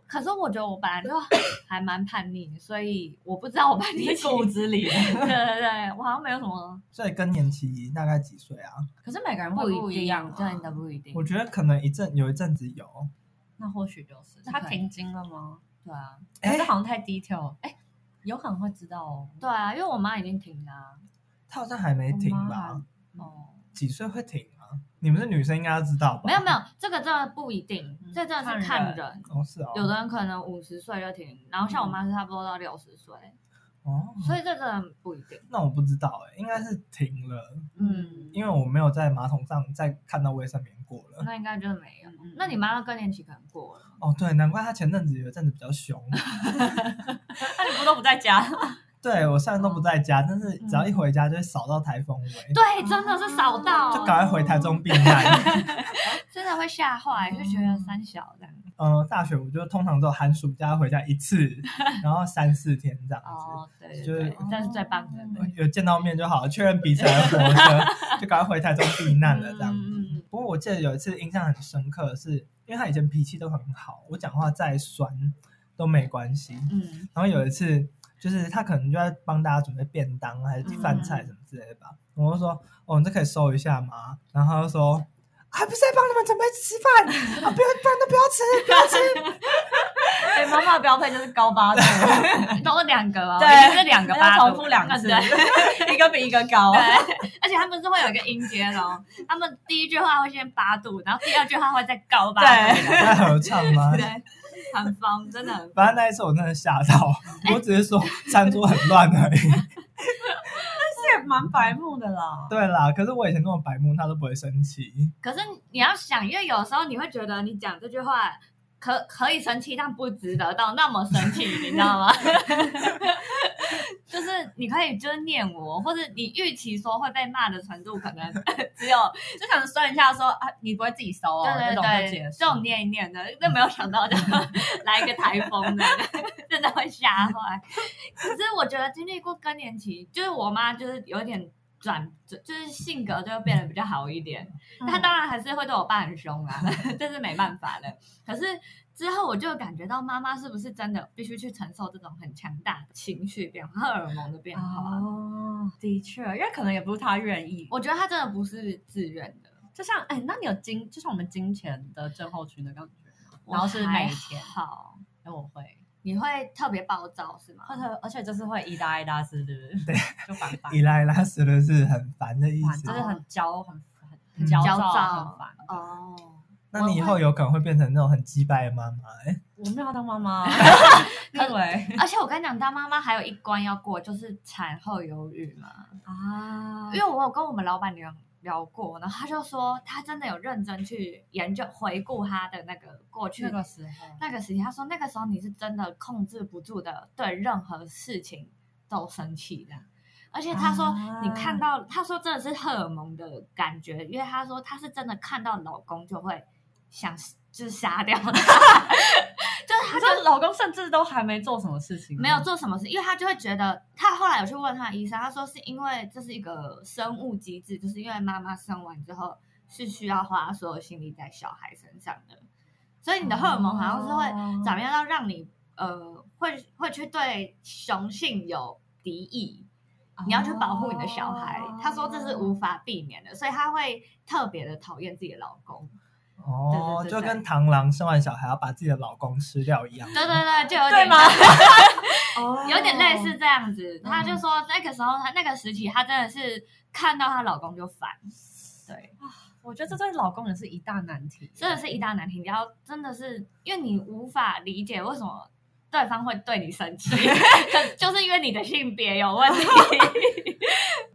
[SPEAKER 1] 可是我觉得我本来就 还蛮叛逆，所以我不知道我叛逆期。
[SPEAKER 4] 骨子 里，
[SPEAKER 1] 对对对，我好像没有什么
[SPEAKER 2] 所以更年期大概几岁啊？
[SPEAKER 4] 可是每个人会不一样、啊，
[SPEAKER 1] 真的不一定
[SPEAKER 2] 我。觉得可能一阵有一阵子有，
[SPEAKER 4] 那或许就是
[SPEAKER 1] 不
[SPEAKER 4] 他
[SPEAKER 1] 可以
[SPEAKER 4] 停经了吗？
[SPEAKER 1] 对啊，
[SPEAKER 4] 可
[SPEAKER 2] 哎
[SPEAKER 4] 是好像太 detail 了。哎、有可能会知道哦。
[SPEAKER 1] 对啊，因为我妈已经停了啊。
[SPEAKER 2] 他好像还没停吧？
[SPEAKER 1] 哦，
[SPEAKER 2] 几岁会停啊？你们是女生应该要知道吧？
[SPEAKER 1] 没有没有，这个真的不一定，
[SPEAKER 4] 嗯
[SPEAKER 1] 这真的是
[SPEAKER 4] 看
[SPEAKER 1] 看
[SPEAKER 4] 人
[SPEAKER 1] 人。
[SPEAKER 2] 有，哦是哦，
[SPEAKER 1] 有的人可能五十岁就停，然后像我妈是差不多到六十岁，
[SPEAKER 2] 哦，
[SPEAKER 1] 所以这真的不一定。
[SPEAKER 2] 那我不知道哎、应该是停了，
[SPEAKER 1] 嗯，
[SPEAKER 2] 因为我没有在马桶上再看到卫生棉过了。
[SPEAKER 1] 那应该就是没有
[SPEAKER 4] 嗯嗯。
[SPEAKER 1] 那你妈的更年期可能过了。
[SPEAKER 2] 哦，对，难怪他前阵子有一阵子比较凶。
[SPEAKER 4] 那你不都不在家？
[SPEAKER 2] 对我虽然都不在家，但是只要一回家就会扫到台风尾，
[SPEAKER 1] 嗯对，真的是少到，
[SPEAKER 2] 就赶快回台中避 难。
[SPEAKER 1] 真的会吓坏，就觉得三小这样。
[SPEAKER 2] 嗯，大学我就通常只有寒暑假回家一次，然后三四天这样子。
[SPEAKER 1] 哦，对
[SPEAKER 2] 就
[SPEAKER 1] 对
[SPEAKER 2] 是
[SPEAKER 1] 对，这是最哦棒的。对
[SPEAKER 2] 有见到面就好，确认彼此还活着，就赶快回台中避难了这样子。
[SPEAKER 1] 嗯嗯嗯
[SPEAKER 2] 不过我记得有一次印象很深刻的是，因为他以前脾气都很好，我讲话再酸都没关系。
[SPEAKER 1] 嗯
[SPEAKER 2] 然后有一次，就是他可能就在帮大家准备便当啊还是
[SPEAKER 1] 嗯
[SPEAKER 2] 饭菜什么之类的吧，我就说：“哦，你这可以收一下吗？”然后他就说：“还不是在帮你们准备吃饭啊，不要，不然都不要吃， 不要吃。
[SPEAKER 4] 对，妈妈的标配就是高八度，
[SPEAKER 1] 都是两个哦，
[SPEAKER 4] 对
[SPEAKER 1] 一定是 两个哦 八
[SPEAKER 4] 要
[SPEAKER 1] 度，
[SPEAKER 4] 重复两次
[SPEAKER 1] 对，
[SPEAKER 4] 一个比一个高。
[SPEAKER 1] 对，而且他们是会有一个音阶的哦，他们第一句话会先八度，然后第二句话会再高八度，”
[SPEAKER 2] 在合唱吗？
[SPEAKER 1] 对，很疯，真的很
[SPEAKER 2] 反正那一次我真的吓到，
[SPEAKER 1] 哎
[SPEAKER 2] 我只是说餐桌很乱而已。
[SPEAKER 4] 这也蛮白目的啦。
[SPEAKER 2] 对啦，可是我以前那么白目，他都不会生气。
[SPEAKER 1] 可是你要想，因为有时候你会觉得你讲这句话可可以生气，但不值得到那么生气，你知道吗？ 就是你可以就是念我，或者你预期说会被骂的程度，可能只有
[SPEAKER 4] 就可能算一下说啊，你不会自己收哦，
[SPEAKER 1] 对对
[SPEAKER 4] 这种就
[SPEAKER 1] 对
[SPEAKER 4] 结，束
[SPEAKER 1] 这。种念一念的，那没有想到就 来一个台风的， 真的会吓坏。可是我觉得经历过更年期，就是我妈就是有点转，就就是性格就变得比较好一点。她
[SPEAKER 4] 嗯
[SPEAKER 1] 当然还是会对我爸很凶啊， 这是没办法的。可是之后我就感觉到妈妈是不是真的必须去承受这种很强大的情绪变化、荷尔蒙的变化？
[SPEAKER 4] 哦，啊的确，因为可能也不是他愿意。
[SPEAKER 1] 我觉得她真的不是自愿的。
[SPEAKER 4] 就像哎，那你有金，就像我们金钱的症候群的感觉吗？然后是每天，
[SPEAKER 1] 好，
[SPEAKER 4] 哎，我会，
[SPEAKER 1] 你会特别暴躁是吗？
[SPEAKER 4] 而且而且就是会一搭一搭是不是？对，就反反，
[SPEAKER 2] 伊拉伊拉死的是很烦的意
[SPEAKER 4] 哇，
[SPEAKER 2] 思
[SPEAKER 1] 啊
[SPEAKER 4] 就。是很焦，很很
[SPEAKER 2] 嗯
[SPEAKER 4] 很焦
[SPEAKER 1] 焦
[SPEAKER 4] 躁，
[SPEAKER 1] 躁
[SPEAKER 4] 很烦。
[SPEAKER 1] 哦。
[SPEAKER 2] 那你以后有可能会变成那种很鸡掰的妈妈、欸。
[SPEAKER 4] 我没有要当妈 妈，因为
[SPEAKER 1] 而且我跟你讲，当妈妈还有一关要过，就是产后忧郁嘛。
[SPEAKER 4] 啊
[SPEAKER 1] 因为我有跟我们老板娘聊过，然后她就说，她真的有认真去研究回顾她的那个过去
[SPEAKER 4] 那个时候，
[SPEAKER 1] 那个时期，她说那个时候你是真的控制不住的，对任何事情都生气的。而且她说，
[SPEAKER 4] 啊
[SPEAKER 1] 你看到，她说真的是荷尔蒙的感觉，因为她说她是真的看到老公就会想 就是杀掉他，就是她
[SPEAKER 4] 她的老公甚至都还没做什么事情，
[SPEAKER 1] 没有做什么事，因为他就会觉得，他后来有去问他医生，他说是因为这是一个生物机制，就是因为妈妈生完之后是需要花所有心力在小孩身上的，所以你的荷尔蒙好像是会
[SPEAKER 4] 哦
[SPEAKER 1] 怎么样到让你呃会会去对雄性有敌意，你要去保护你的小孩。
[SPEAKER 4] 哦
[SPEAKER 1] 他说这是无法避免的，所以他会特别的讨厌自己的老公。
[SPEAKER 2] 哦，
[SPEAKER 1] 对对对
[SPEAKER 2] 就
[SPEAKER 1] 对
[SPEAKER 2] 跟螳螂生完小孩要把自己的老公吃掉一样。
[SPEAKER 1] 对对对，就有
[SPEAKER 3] 对
[SPEAKER 1] 点
[SPEAKER 3] 吗？
[SPEAKER 4] 哦
[SPEAKER 1] 有点类似这样子。她就说那个时候，她那个时期，她真的是看到她老公就烦，对，
[SPEAKER 4] 我觉得这对老公也是一大难题，
[SPEAKER 1] 真的是一大难题。你要真的是，因为你无法理解为什么对方会对你生 气，可就是因为你的性别有问 题。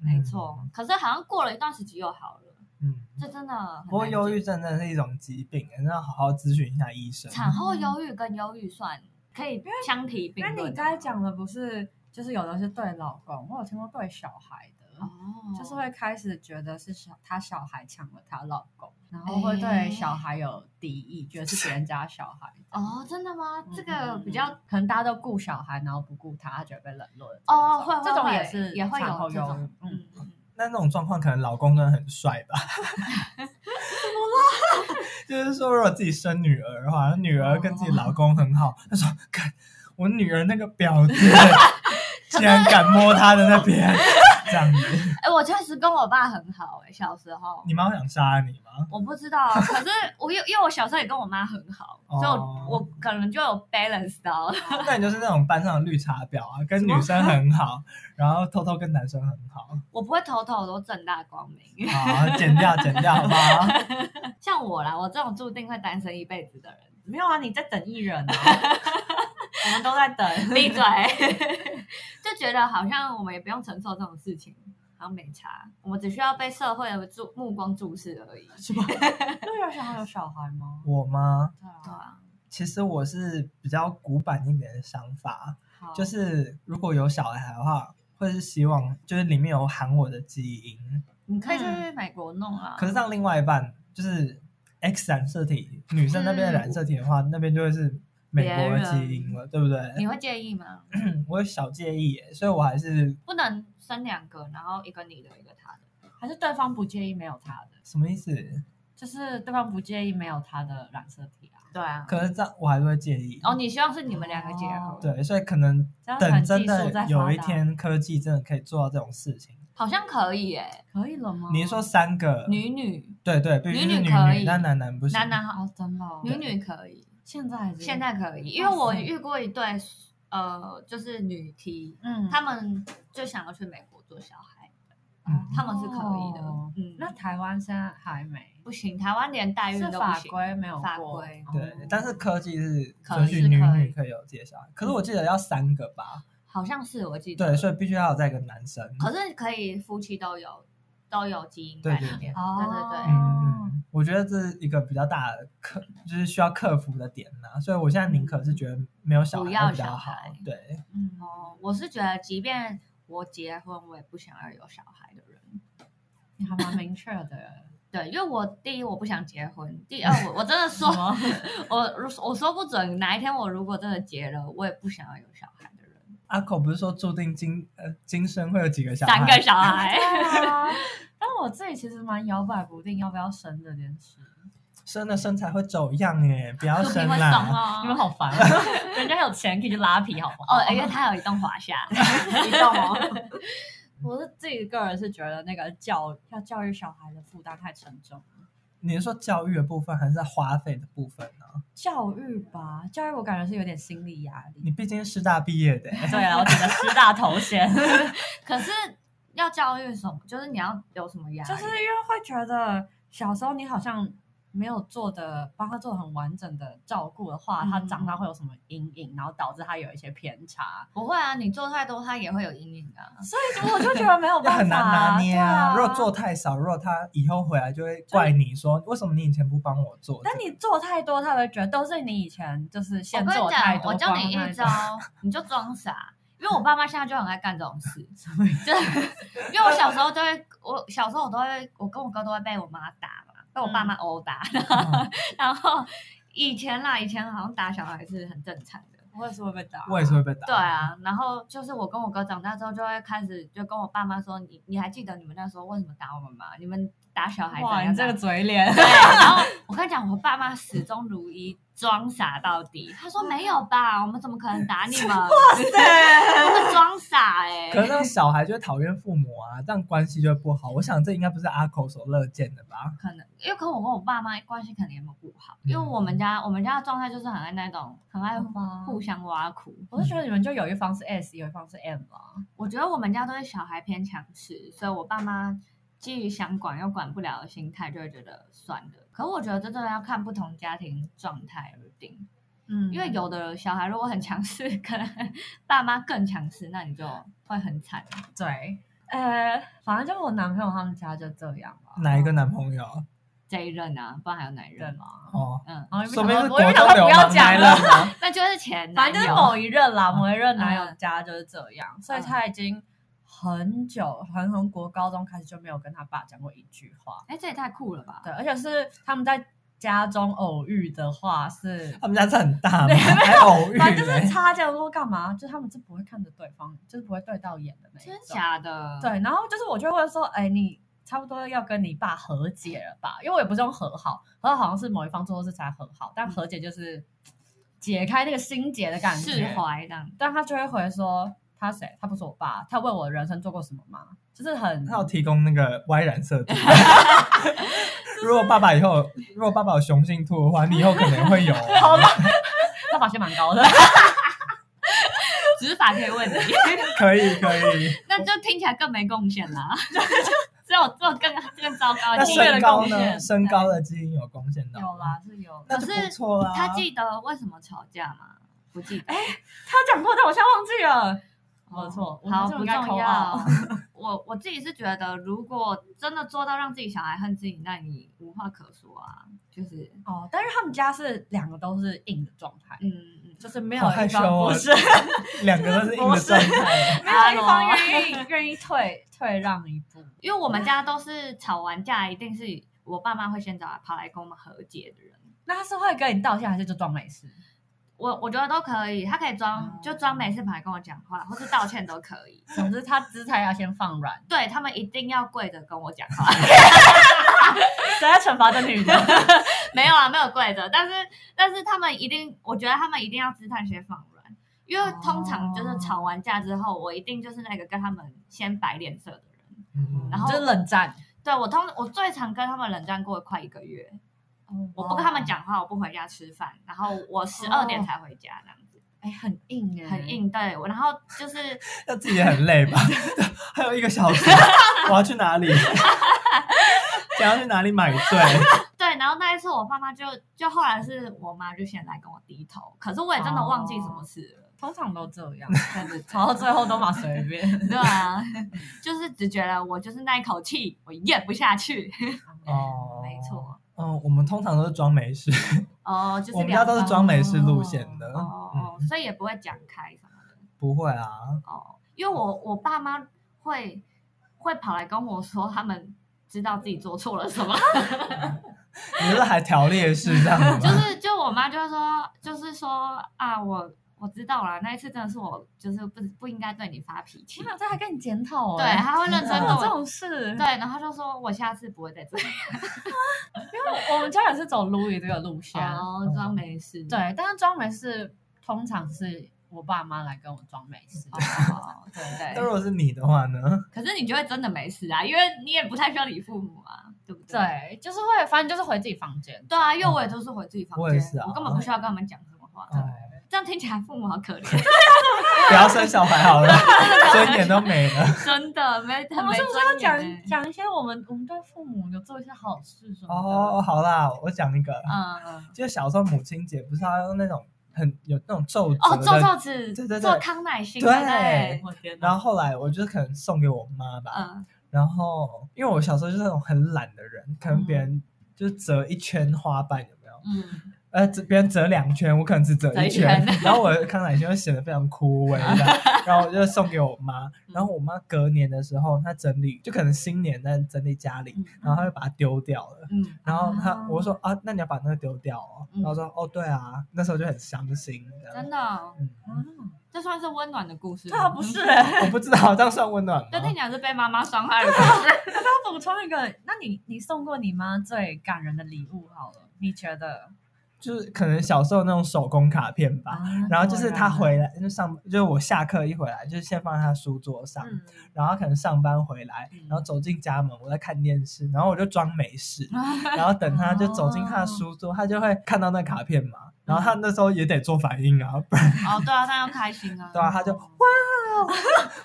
[SPEAKER 1] 没错，可是好像过了一段时期又好了，
[SPEAKER 2] 嗯，嗯。
[SPEAKER 1] 这真的很
[SPEAKER 2] 不过
[SPEAKER 1] 难
[SPEAKER 2] 忧
[SPEAKER 1] 解
[SPEAKER 2] 郁症真的是一种疾病，你要好好咨询一下医生。
[SPEAKER 1] 产后忧郁跟忧郁算可以相提并
[SPEAKER 4] 那
[SPEAKER 1] 论的吗。
[SPEAKER 4] 你刚才讲的不是，就是有的是对老公，我有听过对小孩的，
[SPEAKER 1] 哦，
[SPEAKER 4] 就是会开始觉得是小她小孩抢了她老公，然后会对小孩有敌意，觉得是别人家小孩。
[SPEAKER 1] 哦，真的吗
[SPEAKER 4] 嗯，？
[SPEAKER 1] 这个比较
[SPEAKER 4] 嗯嗯可能大家都顾小孩，然后不顾他，他觉得被冷落的这种。
[SPEAKER 1] 哦，会会
[SPEAKER 4] 这种
[SPEAKER 1] 会
[SPEAKER 4] 也是
[SPEAKER 1] 也会
[SPEAKER 4] 产
[SPEAKER 1] 有
[SPEAKER 4] 后
[SPEAKER 1] 这
[SPEAKER 4] 忧郁，
[SPEAKER 1] 种
[SPEAKER 4] 嗯，
[SPEAKER 1] 嗯
[SPEAKER 2] 那那种状况，可能老公真的很帅吧？怎么啦？就是说，如果自己生女儿的话，女儿跟自己老公很好，他说：“看我女儿那个婊子，竟然敢摸她的那边，这样子，
[SPEAKER 1] 哎、我确实跟我爸很好哎、小时候
[SPEAKER 2] 你妈会想杀你吗
[SPEAKER 1] 我不知道，啊可 是我因因为我小时候也跟我妈很好，
[SPEAKER 2] 哦
[SPEAKER 1] 所以我我可能就有 balance 到。？”
[SPEAKER 2] 那你就是那种班上的绿茶婊啊，跟女生很好，然后偷偷跟男生很好，
[SPEAKER 1] 我不会头头都正大光明，
[SPEAKER 2] 好剪掉剪掉，好不好？
[SPEAKER 1] 像我啦，我这种注定会单身一辈子的人，
[SPEAKER 4] 没有啊，你在等艺人 啊，我们都在等。
[SPEAKER 1] 闭嘴，就觉得好像我们也不用承受这种事情，好像没差，我们只需要被社会的注目光注视而已，是吧？
[SPEAKER 4] 那有小孩有小孩吗？
[SPEAKER 2] 我吗？
[SPEAKER 4] 对
[SPEAKER 1] 对
[SPEAKER 4] 啊，
[SPEAKER 1] 啊，
[SPEAKER 2] 其实我是比较古板一点的想法，
[SPEAKER 4] 好
[SPEAKER 2] 就是如果有小孩的话，会是希望就是里面有含我的基因。
[SPEAKER 1] 你可以去美国弄啊。
[SPEAKER 2] 可是让另外一半就是 X 染色体，女生那边的染色体的
[SPEAKER 1] 嗯
[SPEAKER 2] 话，那边就会是美国的基因了，对不对？
[SPEAKER 1] 你会介意吗？
[SPEAKER 2] 我有小介意耶，所以我还是
[SPEAKER 1] 不能生两个，然后一个你的，一个他的。
[SPEAKER 4] 还是对方不介意没有他的，
[SPEAKER 2] 什么意思？
[SPEAKER 4] 就是对方不介意没有他的染色体啊。
[SPEAKER 1] 对啊，
[SPEAKER 2] 可是这样我还是会介意。
[SPEAKER 1] 哦，你希望是你们两个结合？
[SPEAKER 4] 哦，
[SPEAKER 2] 对，所以可能
[SPEAKER 4] 这样才
[SPEAKER 2] 等
[SPEAKER 4] 技
[SPEAKER 2] 真
[SPEAKER 4] 术
[SPEAKER 2] 的
[SPEAKER 4] 在
[SPEAKER 2] 有
[SPEAKER 4] 发
[SPEAKER 2] 一
[SPEAKER 4] 达
[SPEAKER 2] 天科技真的可以做到这种事情，
[SPEAKER 1] 好像可以耶。
[SPEAKER 4] 可以了吗？
[SPEAKER 2] 你是说三个
[SPEAKER 1] 哦女女
[SPEAKER 2] 对对，必须是
[SPEAKER 1] 女女
[SPEAKER 2] 女
[SPEAKER 1] 可以
[SPEAKER 2] 但男男不行。
[SPEAKER 1] 男男好，
[SPEAKER 4] 哦，真的哦、
[SPEAKER 1] 女女可以，
[SPEAKER 4] 现在已经
[SPEAKER 1] 现在可以，因为我遇过一对呃，就是女 T，
[SPEAKER 4] 嗯，
[SPEAKER 1] 他们就想要去美国做小孩，
[SPEAKER 2] 嗯
[SPEAKER 1] 他们是可以的
[SPEAKER 4] 哦。
[SPEAKER 1] 嗯，
[SPEAKER 4] 那台湾现在还没，
[SPEAKER 1] 不行，台湾连代孕
[SPEAKER 4] 是
[SPEAKER 1] 都不
[SPEAKER 4] 法
[SPEAKER 1] 行。
[SPEAKER 4] 规没有
[SPEAKER 1] 法
[SPEAKER 4] 过
[SPEAKER 1] 规
[SPEAKER 4] 哦
[SPEAKER 2] 对，但是科技是
[SPEAKER 1] 可
[SPEAKER 2] 允许
[SPEAKER 1] 是
[SPEAKER 2] 女
[SPEAKER 1] 可
[SPEAKER 2] 女
[SPEAKER 1] 以
[SPEAKER 2] 可以有介绍，可是我记得要三个吧？
[SPEAKER 1] 好像是我记得。
[SPEAKER 2] 对，所以必须要有再一个男生。
[SPEAKER 1] 可是可以夫妻都有都有基因
[SPEAKER 2] 对
[SPEAKER 1] 在
[SPEAKER 2] 对
[SPEAKER 1] 里面。
[SPEAKER 4] 对哦
[SPEAKER 1] 对对对。哦
[SPEAKER 2] 嗯，嗯，我觉得这是一个比较大的克，就是需要克服的点呐、所以我现在宁可是觉得没有小
[SPEAKER 1] 不
[SPEAKER 2] 孩
[SPEAKER 1] 要
[SPEAKER 2] 会比较
[SPEAKER 1] 小
[SPEAKER 2] 好
[SPEAKER 1] 孩。
[SPEAKER 2] 对，
[SPEAKER 4] 嗯，
[SPEAKER 1] 哦，我是觉得，即便我结婚，我也不想要有小孩的人。
[SPEAKER 4] 你还蛮明确 的。
[SPEAKER 1] 对，因为我第一我不想结婚，第二我我真的说， 我我说不准哪一天我如果真的结了，我也不想要有小孩的人，
[SPEAKER 2] 阿口不是说注定今呃今生会有几个小
[SPEAKER 1] 三
[SPEAKER 2] 孩？
[SPEAKER 1] 个小孩
[SPEAKER 4] 对。啊，但我自己其实蛮摇摆不定要不要生这件事。
[SPEAKER 2] 生了身材会走样耶，不要
[SPEAKER 1] 你
[SPEAKER 2] 生
[SPEAKER 1] 会怂
[SPEAKER 2] 啦。
[SPEAKER 1] 哦，
[SPEAKER 4] 你们好 烦、啊，人家有钱可以去拉皮，好不好？
[SPEAKER 1] 哦，因为他有一栋华 夏，
[SPEAKER 4] 你懂吗？我是自己个人是觉得那个教要教育小孩的负担太沉重了，
[SPEAKER 2] 你是说教育的部分还是在花费的部分呢、
[SPEAKER 4] 教育吧，教育我感觉是有点心理压
[SPEAKER 2] 你
[SPEAKER 4] 力。
[SPEAKER 2] 毕竟师大毕业的欸耶，
[SPEAKER 4] 对啊，我只能师大头 衔，
[SPEAKER 1] 可是要教育什么，就是你要有什么压力，
[SPEAKER 4] 就是因为会觉得小时候你好像没有做的帮他做得很完整的照顾的话，
[SPEAKER 1] 嗯
[SPEAKER 4] 他长大会有什么阴影，然后导致他有一些偏差，
[SPEAKER 1] 不会啊，你做太多他也会有阴影啊。
[SPEAKER 4] 所以 我就觉得没有
[SPEAKER 2] 也
[SPEAKER 4] 办法，
[SPEAKER 2] 很难拿捏
[SPEAKER 4] 啊。
[SPEAKER 2] 如果做，太少，如果他以后回来就会怪你说，为什么你以前不帮我做这
[SPEAKER 4] 但
[SPEAKER 2] 个？
[SPEAKER 4] 你做太多，他会觉得都是你以前就是
[SPEAKER 1] 我
[SPEAKER 4] 先
[SPEAKER 1] 跟你
[SPEAKER 4] 做太
[SPEAKER 1] 讲，
[SPEAKER 4] 多，
[SPEAKER 1] 我教你
[SPEAKER 4] 光
[SPEAKER 1] 一
[SPEAKER 4] 太
[SPEAKER 1] 招
[SPEAKER 4] 多，
[SPEAKER 1] 你就装傻。因为我爸妈现在就很爱干这种 事， 就是因为我小时候都会，我小时候我都会，我跟我哥都会被我妈打嘛，被我爸妈殴打。
[SPEAKER 2] 嗯
[SPEAKER 1] 然后以前啦，以前好像打小孩是很正常的。
[SPEAKER 4] 我也是会被打，
[SPEAKER 2] 我也是会被打。
[SPEAKER 1] 对，啊，然后就是我跟我哥长大之后，就会开始就跟我爸妈说，你你还记得你们那时候为什么打我们吗？你们打小孩怎
[SPEAKER 4] 哇，
[SPEAKER 1] 样
[SPEAKER 4] 你这
[SPEAKER 1] 怎样
[SPEAKER 4] 个嘴脸，
[SPEAKER 1] 对，然后我跟你讲，我爸妈始终如一，装傻到底。他说
[SPEAKER 4] 啊
[SPEAKER 1] 没有吧，我们怎么可能打你们？他们装傻哎、
[SPEAKER 2] 可是那个小孩就会讨厌父母啊，这样关系就会不好。我想这应该不是阿口所乐见的吧？
[SPEAKER 1] 可能因为可能我跟我爸妈关系可能也没有不好，
[SPEAKER 4] 嗯
[SPEAKER 1] 因为我们家我们家的状态就是很爱那种很爱互相挖苦。
[SPEAKER 4] 我是觉得你们就有一方是 S，有一方是 M 啊。
[SPEAKER 1] 我觉得我们家都是小孩偏强势，所以我爸妈基于想管又管不了的心态，就会觉得算了。可我觉得这真的要看不同家庭状态而定，
[SPEAKER 4] 嗯
[SPEAKER 1] 因为有的小孩如果很强势， 可能爸妈更强势，那你就会很惨。
[SPEAKER 4] 嗯对，呃，反正就我男朋友他们家就这样吧。
[SPEAKER 2] 哪一个男朋友？
[SPEAKER 1] 这一任啊，不知道还有哪一
[SPEAKER 4] 对
[SPEAKER 1] 任？
[SPEAKER 4] 吗？
[SPEAKER 2] 哦，
[SPEAKER 1] 嗯，
[SPEAKER 4] 然后
[SPEAKER 2] 说
[SPEAKER 4] 又
[SPEAKER 2] 不
[SPEAKER 4] 不
[SPEAKER 2] 定
[SPEAKER 4] 想
[SPEAKER 2] 是
[SPEAKER 4] 说，
[SPEAKER 2] 国
[SPEAKER 4] 我
[SPEAKER 2] 中
[SPEAKER 4] 又想说
[SPEAKER 2] 流
[SPEAKER 4] 不要
[SPEAKER 2] 氓
[SPEAKER 4] 讲啊
[SPEAKER 2] 来
[SPEAKER 4] 了
[SPEAKER 2] 了。呢。
[SPEAKER 1] 那就是前男
[SPEAKER 4] 反
[SPEAKER 1] 友，
[SPEAKER 4] 正就是某一任啦，
[SPEAKER 2] 嗯
[SPEAKER 4] 某一任男友家就是这样，
[SPEAKER 1] 嗯
[SPEAKER 4] 所以他已经很久，很从国高中开始就没有跟他爸讲过一句话。
[SPEAKER 1] 哎，这也太酷了吧！
[SPEAKER 4] 对，而且是他们在家中偶遇的话是，
[SPEAKER 2] 他们家是很 大吗？
[SPEAKER 4] 对
[SPEAKER 2] 还偶遇欸
[SPEAKER 4] 反正就是
[SPEAKER 2] 嘞？
[SPEAKER 4] 擦肩而过干嘛，就是他们是不会看着对方，就是不会对到眼的那一
[SPEAKER 1] 真
[SPEAKER 4] 种。
[SPEAKER 1] 的假的？，
[SPEAKER 4] 对，然后就是我就会说，哎，你差不多要跟你爸和解了吧？因为我也不是用和好，和好好像是某一方做错事才和好，但和解就是解开那个心结的感觉。
[SPEAKER 1] 释怀这样。
[SPEAKER 4] 但他就会回说他谁？他不是我爸，他为我人生做过什么吗？就是很
[SPEAKER 2] 他有提供那个 Y 染色 体。如果爸爸以后，如果爸爸有雄性秃的话，你以后可能会有。哦
[SPEAKER 4] 好吧， 他发现蛮高的，
[SPEAKER 1] 执法可以问你，
[SPEAKER 2] 可以可以。
[SPEAKER 1] 那就听起来更没贡献啦。 只有做更更糟糕
[SPEAKER 2] 那
[SPEAKER 1] 啊的
[SPEAKER 4] 是为
[SPEAKER 2] 身
[SPEAKER 4] 了
[SPEAKER 2] 高
[SPEAKER 4] 贡
[SPEAKER 2] 呢？
[SPEAKER 4] 献
[SPEAKER 2] 身高的基因有贡献到？
[SPEAKER 4] 有，啦是有啦。
[SPEAKER 2] 那就不错啊
[SPEAKER 4] 啊
[SPEAKER 2] 啦。
[SPEAKER 1] 他记得为什么吵架吗？不记得，
[SPEAKER 4] 他讲过，但我现在忘记了。
[SPEAKER 1] 哦
[SPEAKER 4] 哎没错，我
[SPEAKER 1] 好
[SPEAKER 4] 们这
[SPEAKER 1] 不
[SPEAKER 4] 种应该
[SPEAKER 1] 重
[SPEAKER 4] 扣
[SPEAKER 1] 要
[SPEAKER 4] 二。
[SPEAKER 1] 我我自己是觉得，如果真的做到让自己小孩恨自己，那你无话可说啊。就是，
[SPEAKER 4] 哦，但是他们家是两个都是硬的状态，
[SPEAKER 1] 嗯嗯，
[SPEAKER 4] 就是没有
[SPEAKER 2] 好害
[SPEAKER 4] 一
[SPEAKER 2] 羞
[SPEAKER 4] 方
[SPEAKER 2] 哦
[SPEAKER 4] 不是，
[SPEAKER 2] 两个都是硬的状态。
[SPEAKER 4] 没有一方愿意愿意退退让一步。
[SPEAKER 1] 因为我们家都是吵完架，一定是我爸妈会先找跑来跟我们和解的人。
[SPEAKER 4] 那他是会跟你道歉，还是就装没 事？
[SPEAKER 1] 我我觉得都可以，他可以装
[SPEAKER 4] 哦
[SPEAKER 1] 就装没事跑来跟我讲话，或是道歉都可以。
[SPEAKER 4] 总之，他姿态要先放软。
[SPEAKER 1] 对他们一定要跪着跟我讲话，
[SPEAKER 4] 谁要惩罚这女的？
[SPEAKER 1] 没有啊，没有跪着，但是但是他们一定，我觉得他们一定要姿态先放软，因为通常就是吵完架之后，我一定就是那个跟他们先摆脸色的人。
[SPEAKER 2] 嗯
[SPEAKER 1] 然后
[SPEAKER 4] 就是冷战。
[SPEAKER 1] 对我通我最常跟他们冷战过快一个月，我不跟他们讲话，我不回家吃饭，然后我十二点才回家，这样子、
[SPEAKER 4] 哎，很硬哎，
[SPEAKER 1] 很。硬。对我，然后就是
[SPEAKER 2] 那自己也很 累吧？还有一个小时，我要去哪里？想要去哪里买醉？
[SPEAKER 1] 对，然后那一次我爸妈就就后来是我妈就先来跟我低头，可是我也真的忘记什么事了。
[SPEAKER 4] 通常都这 样，
[SPEAKER 1] 对对对
[SPEAKER 4] 吵到最后都嘛随便。
[SPEAKER 1] 对啊， 就是只觉得我就是那一口气，我咽不下去。
[SPEAKER 2] 哦，
[SPEAKER 1] 没错。
[SPEAKER 2] 嗯，我们通常都是装没事，
[SPEAKER 1] 哦，就是
[SPEAKER 2] 我们
[SPEAKER 1] 两
[SPEAKER 2] 家都是
[SPEAKER 1] 方
[SPEAKER 2] 装没事路线的。
[SPEAKER 1] 哦哦，所以也不会讲开什么的
[SPEAKER 2] 不会啊，
[SPEAKER 1] 哦，因为我我爸妈会会跑来跟我说他们。知道自己做错了什么，
[SPEAKER 2] 你是还条列式这样子吗？
[SPEAKER 1] 就是就我妈就会说，就是说啊，我我知道了，那一次真的是我就是不不应该对你发脾气
[SPEAKER 4] 天，啊哪，这还跟你检讨
[SPEAKER 1] 对，
[SPEAKER 4] 哎？
[SPEAKER 1] 他会认真
[SPEAKER 4] 真
[SPEAKER 1] 跟
[SPEAKER 4] 的有这
[SPEAKER 1] 我，
[SPEAKER 4] 种事？
[SPEAKER 1] 对，，然后他就说我下次不会再这样，
[SPEAKER 4] 因为我们家也是走 Louis 这个路线。啊
[SPEAKER 1] 哦，装没事，
[SPEAKER 4] 对，但是装没事，通常是我爸妈来跟我装没事。
[SPEAKER 1] 哦，对
[SPEAKER 2] 那
[SPEAKER 1] 对。
[SPEAKER 2] 如果是你的话呢？
[SPEAKER 1] 可是你就会真的没事啊，因为你也不太需要理父母啊，对不对？
[SPEAKER 4] 对，就是会，反正就是回自己房间。
[SPEAKER 1] 对啊，因为我也都是回自己房
[SPEAKER 2] 嗯
[SPEAKER 1] 间，
[SPEAKER 2] 我也是啊
[SPEAKER 1] 根本不需要跟他们讲什么话。
[SPEAKER 2] 哦，
[SPEAKER 1] 这样听起来父母好可怜，
[SPEAKER 2] 不要生小孩好 了， 尊严都没了。
[SPEAKER 1] 真的没。欸
[SPEAKER 4] 我
[SPEAKER 1] 我
[SPEAKER 4] 们是不是要讲讲一些我们我们对父母有做一些好事什么
[SPEAKER 2] 哦，好啦，我讲一个，
[SPEAKER 1] 嗯，
[SPEAKER 2] 就小时候母亲节不是要用那种很有那种皱褶
[SPEAKER 1] 哦，做
[SPEAKER 2] 的，
[SPEAKER 1] 皱子，
[SPEAKER 2] 对对对
[SPEAKER 1] 做康乃馨，
[SPEAKER 2] 对
[SPEAKER 1] 对不
[SPEAKER 4] 的？
[SPEAKER 1] 对，
[SPEAKER 4] 我天
[SPEAKER 2] 然
[SPEAKER 4] 哪！
[SPEAKER 2] 后后来我就是可能送给我妈吧，
[SPEAKER 1] 嗯，
[SPEAKER 2] 然后因为我小时候就是那种很懒的人，可能别人就是折一圈花瓣有没有？
[SPEAKER 1] 嗯，
[SPEAKER 2] 呃，折别人折两圈，我可能只折一
[SPEAKER 1] 折一
[SPEAKER 2] 圈， 然后我的康乃馨就显得非常枯萎这 样，然后我就送给我妈，然后我妈隔年的时候，她整理就可能新年在整理家里，然后她就把它丢掉了。
[SPEAKER 1] 嗯，
[SPEAKER 2] 然后她
[SPEAKER 4] 啊
[SPEAKER 2] 我说啊，那你要把那个丢掉哦。
[SPEAKER 1] 嗯
[SPEAKER 2] 然后说哦，对啊，那时候就很伤心这样。
[SPEAKER 1] 真的哦，
[SPEAKER 2] 嗯，
[SPEAKER 4] 啊
[SPEAKER 1] 这算是温暖的故事吗。嗯
[SPEAKER 4] 对啊，不是、 欸。
[SPEAKER 2] 我不知道这样算温暖 吗？
[SPEAKER 1] 这听起来是被妈妈伤害的故
[SPEAKER 4] 啊
[SPEAKER 1] 事。
[SPEAKER 4] 那补充一个，那你你送过你妈最感人的礼物好了，你觉得？
[SPEAKER 2] 就是可能小时候那种手工卡片吧。
[SPEAKER 1] 啊
[SPEAKER 4] 啊
[SPEAKER 2] 然后就是他回来就上，就是我下课一回来，就是先放在他书桌上，
[SPEAKER 1] 嗯
[SPEAKER 2] 然后可能上班回来，
[SPEAKER 4] 嗯
[SPEAKER 2] 然后走进家门，我在看电视，然后我就装没 事，然后等他就走进他的书桌，他就会看到那卡片嘛。然后他那时候也得做反应啊，不然
[SPEAKER 1] 哦，对啊，但要开心啊。
[SPEAKER 2] 对啊，他就哇，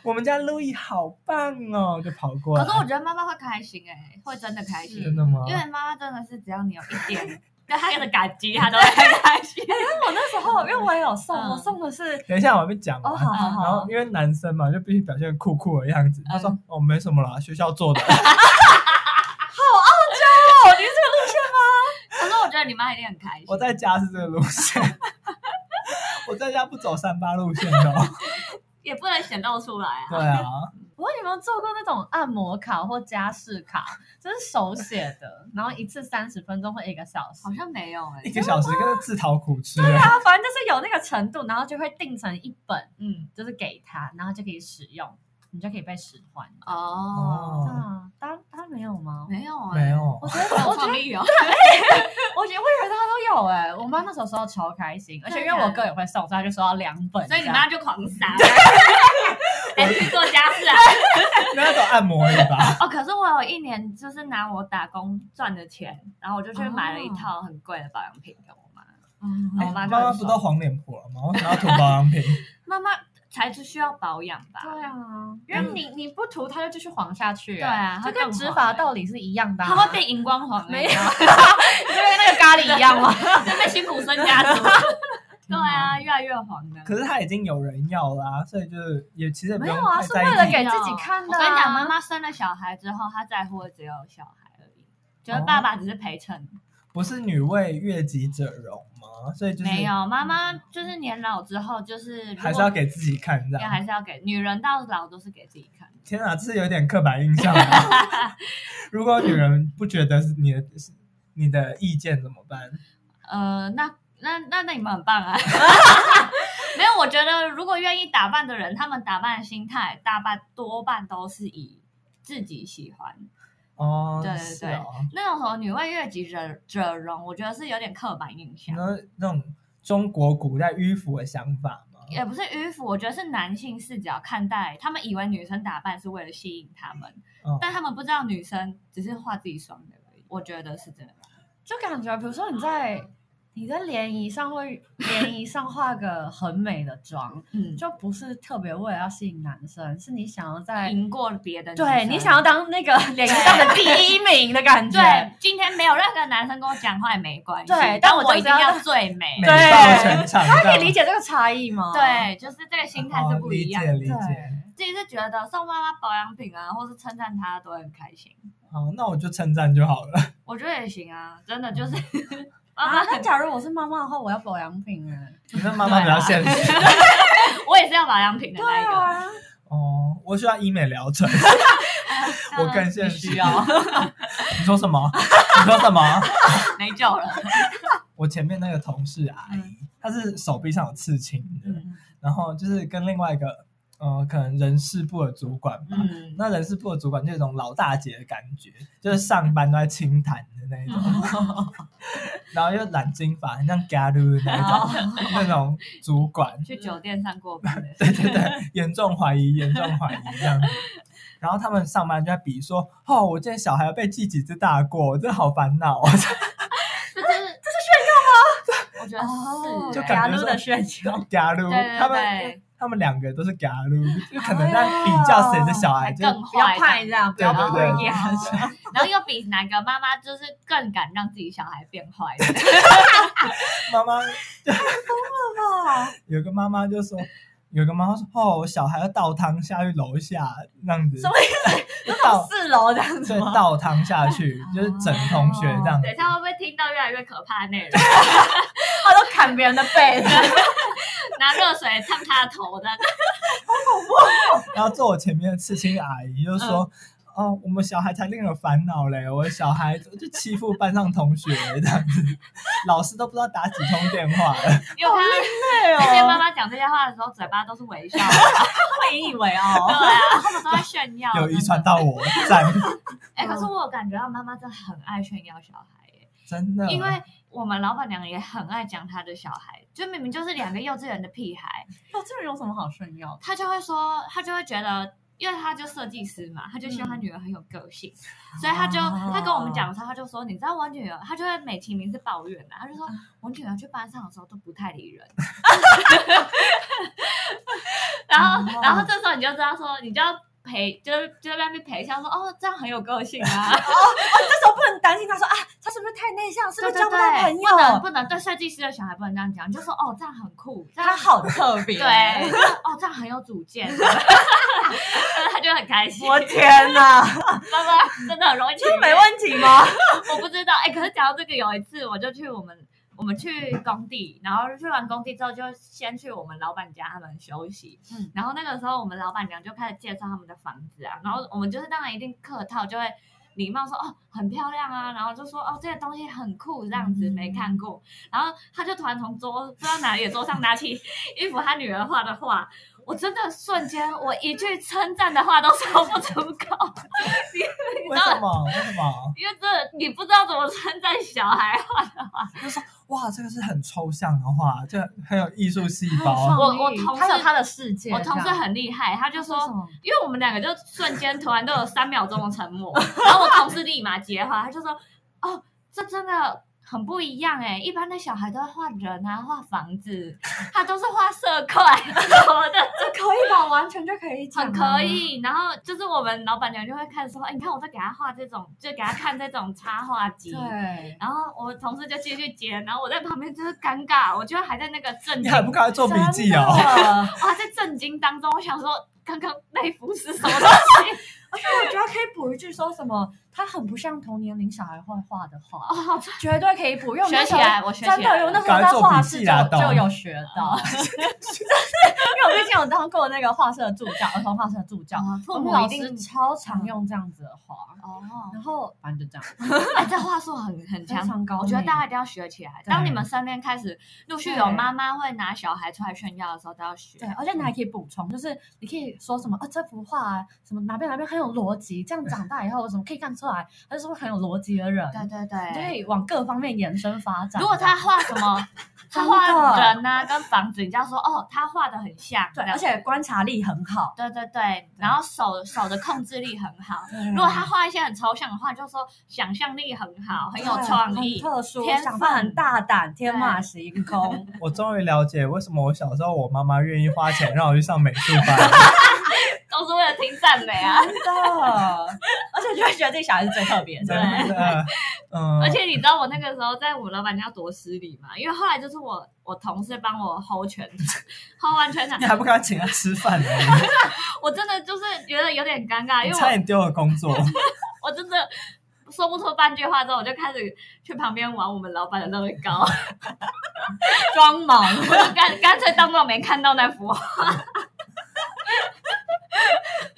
[SPEAKER 2] 我们家 Louis 好棒哦，就跑过来。
[SPEAKER 1] 可是我觉得妈妈会开心哎、会真的开心，
[SPEAKER 2] 真的吗？
[SPEAKER 1] 因为妈妈真的是只要你有一 点对她的感激，她都会很开心。
[SPEAKER 4] 我那时候因为我也有送，
[SPEAKER 1] 嗯
[SPEAKER 4] 我送的是
[SPEAKER 2] 等一下我还没讲完。
[SPEAKER 4] 哦，好好
[SPEAKER 1] 嗯
[SPEAKER 2] 然
[SPEAKER 4] 好
[SPEAKER 2] 后，因为男生嘛，就必须表现酷酷的样子。他说：“
[SPEAKER 1] 嗯
[SPEAKER 2] 哦，没什么啦，学校做 的。
[SPEAKER 4] 哦，你是这个路线
[SPEAKER 1] 可是我觉得你妈一定很开心。
[SPEAKER 2] 我在家是这个路线， 我在家不走三八路线的哦。
[SPEAKER 1] 也不能显露出来啊。
[SPEAKER 2] 对啊，
[SPEAKER 4] 我问你们有做过那种按摩卡或家事卡，就是手写的， 然后一次三十分钟或一个小时
[SPEAKER 1] 好。像没有哎、
[SPEAKER 2] 一个小时跟自讨苦吃。
[SPEAKER 4] 对啊，反正就是有那个程度，然后就会定成一本，
[SPEAKER 1] 嗯，
[SPEAKER 4] 就是给他，然后就可以使用，你就可以被使唤。
[SPEAKER 1] 哦，
[SPEAKER 2] 哦
[SPEAKER 4] 啊，当当然没有吗？
[SPEAKER 1] 没有哎、
[SPEAKER 2] 没，有
[SPEAKER 4] 我，觉得，我觉
[SPEAKER 1] 创
[SPEAKER 4] 得，
[SPEAKER 1] 意哦，
[SPEAKER 4] 我觉得，我以为他都有哎、我妈那时候收到超开心，而且因为我哥也会送，所以她就收到两本这
[SPEAKER 1] 所以
[SPEAKER 4] 样。
[SPEAKER 1] 你妈就狂撒， 还去做家事啊。
[SPEAKER 2] 那种按摩的吧？
[SPEAKER 1] 哦，可是我有一年就是拿我打工赚的钱，然后我就去买了一套很贵的保养品给我妈，
[SPEAKER 4] 嗯，
[SPEAKER 1] 然
[SPEAKER 2] 哎
[SPEAKER 1] 后我
[SPEAKER 2] 妈
[SPEAKER 1] 就
[SPEAKER 2] 妈
[SPEAKER 1] 很
[SPEAKER 2] 不
[SPEAKER 1] 爽
[SPEAKER 2] 都黄脸婆了吗？我想要涂保养 品。
[SPEAKER 1] 妈妈才是需要保养吧？
[SPEAKER 4] 对啊，因为你你不涂，它就继续黄下去、
[SPEAKER 1] 对啊
[SPEAKER 4] 就
[SPEAKER 1] 它
[SPEAKER 4] 跟
[SPEAKER 1] 更
[SPEAKER 4] 植
[SPEAKER 1] 黄
[SPEAKER 4] 发
[SPEAKER 1] 欸
[SPEAKER 4] 道理是一样的、啊
[SPEAKER 1] 它会。变荧光黄的，
[SPEAKER 4] 没
[SPEAKER 1] 有，
[SPEAKER 4] 就跟那个咖喱一样吗？
[SPEAKER 1] 就被辛苦生家族。 对啊，越来越黄的。
[SPEAKER 2] 可是他已经有人要啦、所以就是也其实也不
[SPEAKER 4] 没
[SPEAKER 2] 用
[SPEAKER 4] 有啊，
[SPEAKER 2] 太
[SPEAKER 4] 是
[SPEAKER 2] 在
[SPEAKER 4] 为
[SPEAKER 2] 意
[SPEAKER 4] 了
[SPEAKER 2] 自己
[SPEAKER 4] 给自己看的、啊。
[SPEAKER 1] 我跟你讲，妈妈生了小孩之后，她在乎的只有小孩而已，觉得爸爸
[SPEAKER 2] 哦
[SPEAKER 1] 只是陪衬。
[SPEAKER 2] 不是女为悦己者容吗？所以就是嗯
[SPEAKER 1] 没有，妈妈就是年老之后，就是如
[SPEAKER 2] 还是
[SPEAKER 1] 果
[SPEAKER 2] 要给自己看这
[SPEAKER 1] 也还
[SPEAKER 2] 样。
[SPEAKER 1] 是要给女人到老都是给自己看的。
[SPEAKER 2] 天啊，这是有点刻板印象、啊。 如果女人不觉得是你的是你的意见怎么办？
[SPEAKER 1] 呃，那那那那你们很棒啊！ 没有，我觉得如果愿意打扮的人，他们打扮的心态大半多半都是以自己喜欢
[SPEAKER 2] 哦，
[SPEAKER 1] 对对
[SPEAKER 2] 是
[SPEAKER 1] 对
[SPEAKER 2] 哦，
[SPEAKER 1] 那种什么女为悦己者者容，我觉得是有点刻板印象
[SPEAKER 2] 然，后那种中国古代迂腐的想法嘛。
[SPEAKER 1] 也不是迂腐，我觉得是男性视角看待，他们以为女生打扮是为了吸引他们，
[SPEAKER 2] 嗯，
[SPEAKER 1] 但他们不知道女生只是画自己爽的而已。我觉得是这样。
[SPEAKER 4] 就感觉，比如说你在你在联谊上会联谊上化个很美的妆，
[SPEAKER 1] 嗯，
[SPEAKER 4] 就不是特别为了要吸引男生，是你想要在
[SPEAKER 1] 赢过别的女生，
[SPEAKER 4] 对你想要当 那个联谊上的第一名的感觉。
[SPEAKER 1] 对，今天没有任何男生跟我讲话也没关系，
[SPEAKER 4] 对
[SPEAKER 1] 但
[SPEAKER 4] 但我
[SPEAKER 1] 我
[SPEAKER 4] 就
[SPEAKER 1] 一定
[SPEAKER 4] 是要
[SPEAKER 1] 要最美
[SPEAKER 2] 美。
[SPEAKER 4] 对
[SPEAKER 2] 爆全场，
[SPEAKER 4] 大家可
[SPEAKER 2] 这
[SPEAKER 4] 以
[SPEAKER 2] 样
[SPEAKER 4] 理解这个差异吗？
[SPEAKER 1] 对，就是这个心态
[SPEAKER 2] 哦
[SPEAKER 1] 是不一样。
[SPEAKER 2] 理解理解。
[SPEAKER 1] 自己是觉得送妈妈保养品啊，或是称赞她都会很开心，
[SPEAKER 2] 好，那我就称赞就好了。
[SPEAKER 1] 我觉得也行啊，真的就是妈妈
[SPEAKER 4] 啊，，那假如我是妈妈的话，我要保养品哎。
[SPEAKER 2] 你那妈妈比较现实
[SPEAKER 1] 我也是要保养品的那一个，
[SPEAKER 4] 啊，
[SPEAKER 2] 哦，我需要医美疗程，
[SPEAKER 1] 那
[SPEAKER 2] 我更现实。
[SPEAKER 1] 需要
[SPEAKER 2] 你说什么？你说什么？
[SPEAKER 1] 没救了。
[SPEAKER 2] 我前面那个同事阿姨，她是手臂上有刺青的，
[SPEAKER 1] 嗯
[SPEAKER 2] 然后就是跟另外一个呃，可能人事部的主管吧。
[SPEAKER 1] 嗯，
[SPEAKER 2] 那人事部的主管就是一种老大姐的感觉，就是上班都在清谈的那一种，
[SPEAKER 1] 嗯
[SPEAKER 2] 然后又染金发，很像 g a l 的那一种、
[SPEAKER 1] 哦
[SPEAKER 2] 那种主管，
[SPEAKER 1] 去酒店上过班的，
[SPEAKER 2] 对对对，严重怀疑，严重怀疑这样子。然后他们上班就在比说，哦，我今天小孩要被记几只大过，我真的好烦恼、哦。
[SPEAKER 1] 这是这是炫耀吗？我觉得是欸，
[SPEAKER 2] 就
[SPEAKER 4] 雅
[SPEAKER 2] 感觉
[SPEAKER 4] 露
[SPEAKER 2] 说
[SPEAKER 4] 的炫耀，
[SPEAKER 2] 嘎噜，
[SPEAKER 1] 对
[SPEAKER 2] 他
[SPEAKER 1] 对
[SPEAKER 2] 们
[SPEAKER 1] 对，哦
[SPEAKER 2] 他们两个都是嘎 噜，就可能在比较谁的小孩
[SPEAKER 1] 还
[SPEAKER 2] 就
[SPEAKER 1] 更
[SPEAKER 4] 不要
[SPEAKER 1] 坏的，
[SPEAKER 4] 派这样，不
[SPEAKER 2] 对
[SPEAKER 4] 要
[SPEAKER 2] 对
[SPEAKER 4] 派
[SPEAKER 2] 对
[SPEAKER 4] 这样。
[SPEAKER 1] 然后又比哪个妈妈就是更敢让自己小孩变坏的，
[SPEAKER 2] 妈妈有个妈妈就说。有个妈妈说：“哦，我小孩要倒汤下去楼下，那样子
[SPEAKER 4] 什么
[SPEAKER 2] 就倒
[SPEAKER 4] 四楼这样子
[SPEAKER 2] 对
[SPEAKER 4] 吗？
[SPEAKER 2] 倒汤下去，就是整同学这 样子
[SPEAKER 1] 等一。下会不会听到越来越可怕的内容？
[SPEAKER 4] 他都砍别人的背，
[SPEAKER 1] 拿热水烫他的头的，嗯
[SPEAKER 2] 然后坐我前面的刺青的阿姨就说：“哦，我们小孩才令人烦恼嘞，我的小孩就欺负班上同学这样子，老师都不知道打几通电话 了。
[SPEAKER 1] 因为
[SPEAKER 2] 哦
[SPEAKER 1] 看
[SPEAKER 4] 对哦
[SPEAKER 1] 到这些妈妈讲这些话的时候，嘴巴都是微笑 的，
[SPEAKER 4] 会引以为
[SPEAKER 1] 对
[SPEAKER 4] 傲。
[SPEAKER 1] 啊，他们都在炫耀。
[SPEAKER 2] 有遗传到嗯我，赞，
[SPEAKER 1] 哎、可是我有感觉到妈妈真的很爱炫耀小孩耶，
[SPEAKER 2] 真的。
[SPEAKER 1] 因为我们老板娘也很爱讲她的小孩，就明明就是两个幼稚园的屁孩，
[SPEAKER 4] 幼稚园哦有什么好炫耀的？
[SPEAKER 1] 她就会说，她就会觉得。因为她就设计师嘛，她就希望她
[SPEAKER 4] 嗯
[SPEAKER 1] 女儿很有个性，所以她就
[SPEAKER 4] 啊
[SPEAKER 1] 她跟我们讲的时候，她就说，你知道我女儿，她就会美其名是抱怨啊，她就说
[SPEAKER 4] 嗯
[SPEAKER 1] 我女儿去班上的时候都不太理人， 然
[SPEAKER 4] 哦
[SPEAKER 1] 后然后这时候你就知道说，你就要陪，就是就在那边陪笑说，哦，这样很有个性啊，
[SPEAKER 4] 哦 这时候不能担心他说啊，他是不是太内向，是不
[SPEAKER 1] 对
[SPEAKER 4] 是
[SPEAKER 1] 对
[SPEAKER 4] 交不到朋
[SPEAKER 1] 对，不能
[SPEAKER 4] 友？
[SPEAKER 1] 不能对设计师的小孩不能这样讲，就说哦这样很酷，这样
[SPEAKER 4] 他好特别。
[SPEAKER 1] 对， 哦这样很有主见， 他就很开心。
[SPEAKER 4] 我天哪，
[SPEAKER 1] 妈妈真的很容易，
[SPEAKER 4] 这没问题吗？
[SPEAKER 1] 我不知道。哎，可是讲到这个，有一次我就去我们。我们去工地，然后去完工地之后，就先去我们老板家他们休息。
[SPEAKER 4] 嗯
[SPEAKER 1] 嗯，然后那个时候我们老板娘就开始介绍他们的房子啊，然后我们就是当然一定客套，就会礼貌说哦很漂亮啊，然后就说哦这个东西很酷这样子
[SPEAKER 4] 嗯
[SPEAKER 1] 没看过，然后他就突然从桌不知道哪里的桌上拿起一幅他女儿画的画，我真的瞬间我一句称赞的话都说不出口，
[SPEAKER 2] 为什么？为什么？
[SPEAKER 1] 因为这你不知道怎么称赞小孩
[SPEAKER 2] 哇，这个是很抽象的话，就很有艺术细
[SPEAKER 1] 我
[SPEAKER 2] 胞。
[SPEAKER 1] 我同事
[SPEAKER 4] 他有他的世界，
[SPEAKER 1] 我同事
[SPEAKER 4] 这样
[SPEAKER 1] 很厉害，他就
[SPEAKER 4] 说什
[SPEAKER 1] 说。
[SPEAKER 4] 么？
[SPEAKER 1] 因为我们两个就瞬间突然都有三秒钟的沉默，然后我同事立马接话，他就说：“哦，这真的很不一样哎，一般的小孩都会画人啊，画房子，他都是画色块什么的，
[SPEAKER 4] 这可以吧？完全就可以讲，啊
[SPEAKER 1] 很可。以。”然后就是我们老板娘就会开始说：“哎，你看我在给他画这种，就给他看这种插画集。”
[SPEAKER 4] 对，
[SPEAKER 1] 然后我同事就继续接，然后我在旁边就是尴尬，我就还在那个震
[SPEAKER 2] 你
[SPEAKER 1] 惊
[SPEAKER 2] 还不赶快做笔记哦？
[SPEAKER 4] 真的
[SPEAKER 1] 哇，在震惊当中，我想说刚刚那幅是什么 东西？
[SPEAKER 4] 而且我觉得可以补一句说什么，他很不像同年龄小孩会画的
[SPEAKER 1] 哦，
[SPEAKER 4] 画，
[SPEAKER 1] 好
[SPEAKER 4] 绝对可以补。因为我们那时候
[SPEAKER 1] 学起来我学起来
[SPEAKER 4] 真的，因为那时候在画室
[SPEAKER 2] 赶快
[SPEAKER 4] 就
[SPEAKER 2] 做笔记啦
[SPEAKER 4] 就
[SPEAKER 2] 懂
[SPEAKER 4] 有学到， 就是因为我毕竟有当过那个画室的助教，儿童画室的助教，
[SPEAKER 1] 哦
[SPEAKER 4] 我
[SPEAKER 1] 父
[SPEAKER 4] 们
[SPEAKER 1] 母嗯
[SPEAKER 4] 老
[SPEAKER 1] 老
[SPEAKER 4] 师
[SPEAKER 1] 师
[SPEAKER 4] 超常用这样子的话。
[SPEAKER 1] 哦，
[SPEAKER 4] 然后反正就这样，
[SPEAKER 1] 哎，这话术很很
[SPEAKER 4] 非
[SPEAKER 1] 强，
[SPEAKER 4] 常高明。欸
[SPEAKER 1] 我觉得大家一定要学起来。
[SPEAKER 2] 对
[SPEAKER 1] 当你们身边开始陆续有妈妈会拿小孩出来炫耀的时候，都要学嗯
[SPEAKER 4] 对，。而且你还可以补充，就是你可以说什么啊，这幅画啊，什么哪边哪边很有逻辑，这样长大以后什么可以看出来，他是不是很有逻辑的人？
[SPEAKER 1] 对对
[SPEAKER 4] 你就可
[SPEAKER 1] 对，
[SPEAKER 4] 以往各方面延伸发展。
[SPEAKER 1] 如果他画什么，他画人呐、跟房子，你就要说哦，他画的很像。
[SPEAKER 4] 对，
[SPEAKER 1] 这样
[SPEAKER 4] 而且观察力很好。
[SPEAKER 1] 对对对，然后手手的控制力很好。
[SPEAKER 4] 如
[SPEAKER 1] 如果他画一些很抽象的话，就说想象力很好，很有创意。
[SPEAKER 4] 特殊，
[SPEAKER 1] 天分
[SPEAKER 4] 想法很大胆，天马行空。
[SPEAKER 2] 我终于了解为什么我小时候我妈妈愿意花钱让我去上美术班。
[SPEAKER 1] 都是为了听赞美啊！
[SPEAKER 4] 真的，而且就会觉得自己小孩是最特别
[SPEAKER 2] 真
[SPEAKER 4] 的。
[SPEAKER 2] 的，嗯，
[SPEAKER 1] 而且你知道我那个时候在我们老板家多失礼吗？因为后来就是我我同事帮我 hold 全 hold 完全场
[SPEAKER 2] 你，还不赶快请他吃饭呢？
[SPEAKER 1] 我真的就是觉得有嗯点尴尬，
[SPEAKER 2] 你
[SPEAKER 1] 因为
[SPEAKER 2] 差点丢了工作。
[SPEAKER 1] 我我真的说不出半句话之后，我就开始去旁边玩我们老板的乐高，
[SPEAKER 4] 装 忙，
[SPEAKER 1] 我就干干脆当做没看到那幅。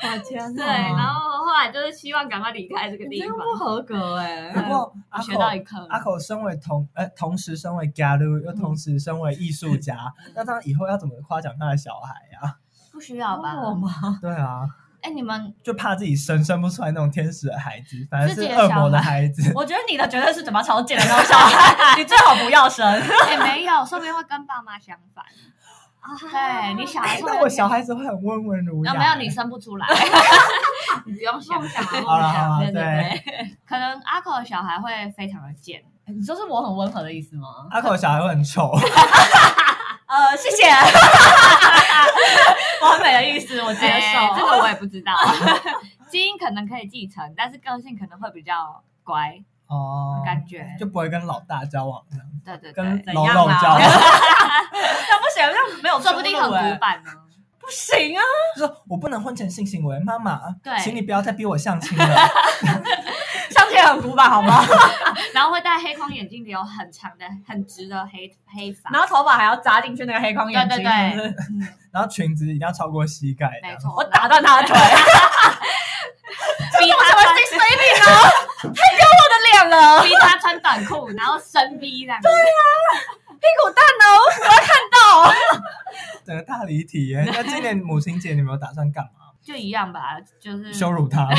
[SPEAKER 4] 我天
[SPEAKER 1] 对，
[SPEAKER 4] 哪，
[SPEAKER 1] 然后后来就是希望赶快离开这个
[SPEAKER 4] 你
[SPEAKER 1] 地
[SPEAKER 4] 真
[SPEAKER 1] 方
[SPEAKER 4] 的。不合格哎。
[SPEAKER 2] 不过
[SPEAKER 1] 我
[SPEAKER 2] 阿
[SPEAKER 1] 学到
[SPEAKER 2] 口
[SPEAKER 1] 一课，
[SPEAKER 2] 阿口身为同呃同时身为 g a l 又同时身为艺术家，
[SPEAKER 1] 嗯
[SPEAKER 2] 那他以后要怎么夸奖他的小孩呀？
[SPEAKER 1] 不需要吧？
[SPEAKER 2] 哦
[SPEAKER 4] 我吗？
[SPEAKER 2] 对啊，
[SPEAKER 1] 哎，你们
[SPEAKER 2] 就怕自己生生不出来那种天使的孩子，反而
[SPEAKER 1] 自
[SPEAKER 2] 是
[SPEAKER 1] 己的
[SPEAKER 2] 恶
[SPEAKER 1] 小
[SPEAKER 2] 魔的
[SPEAKER 1] 孩
[SPEAKER 2] 孩子。
[SPEAKER 4] 我觉得你的绝对是嘴巴超贱的那种小孩，你最好不要生。
[SPEAKER 1] 哎没有，说不定会跟爸妈相 反。啊对你小孩说不定
[SPEAKER 2] 哎那我小孩子会很温文儒雅。
[SPEAKER 1] 哎啊，没有你生不出来，你不用啊想梦想，
[SPEAKER 2] 哎好啦好啦
[SPEAKER 1] 对对对，可能阿口的小孩会非常的贱，
[SPEAKER 4] 你说是我很温和的意思吗？
[SPEAKER 2] 阿口小孩会很 丑，
[SPEAKER 4] 呃，谢谢，完美的意思，我接
[SPEAKER 1] 哎这
[SPEAKER 4] 受。
[SPEAKER 1] 个我也不知道， 基因可能可以继承，但是个性可能会比较乖，
[SPEAKER 2] 哦，
[SPEAKER 1] 感觉
[SPEAKER 2] 就不会跟老大交往这样，
[SPEAKER 1] 对对
[SPEAKER 2] 跟
[SPEAKER 1] 对，啊
[SPEAKER 4] 怎
[SPEAKER 2] 老
[SPEAKER 4] 样
[SPEAKER 2] 老
[SPEAKER 4] 啦
[SPEAKER 2] 交往。
[SPEAKER 4] 那不行，那没有出
[SPEAKER 1] 说
[SPEAKER 4] 路
[SPEAKER 1] 不定很
[SPEAKER 4] 哎
[SPEAKER 1] 古板呢。
[SPEAKER 4] 不行啊。
[SPEAKER 2] 就说我不能婚前性行为，妈妈，
[SPEAKER 1] 对
[SPEAKER 2] 请你不要再逼我相亲了。
[SPEAKER 4] 相亲很古板好吗？
[SPEAKER 1] 然后会戴黑框眼镜，留很长的、很直的黑黑发，
[SPEAKER 4] 然后头发还要扎进去那个黑框眼
[SPEAKER 1] 对
[SPEAKER 4] 镜，
[SPEAKER 1] 对
[SPEAKER 4] 是不是
[SPEAKER 1] 对，嗯
[SPEAKER 2] 然后裙子一定要超过膝盖，这
[SPEAKER 1] 没
[SPEAKER 2] 样
[SPEAKER 1] 错，
[SPEAKER 4] 我打断他的腿，
[SPEAKER 1] 逼他
[SPEAKER 4] 己随便拿， 太丢我的脸了，
[SPEAKER 1] 逼他穿短裤，然后深 V 这样子。
[SPEAKER 4] 屁股蛋哦，我要看到。
[SPEAKER 2] 整个大离体耶！那今年母亲节你们有打算干嘛？
[SPEAKER 1] 就一样吧，就是
[SPEAKER 2] 羞辱他吗？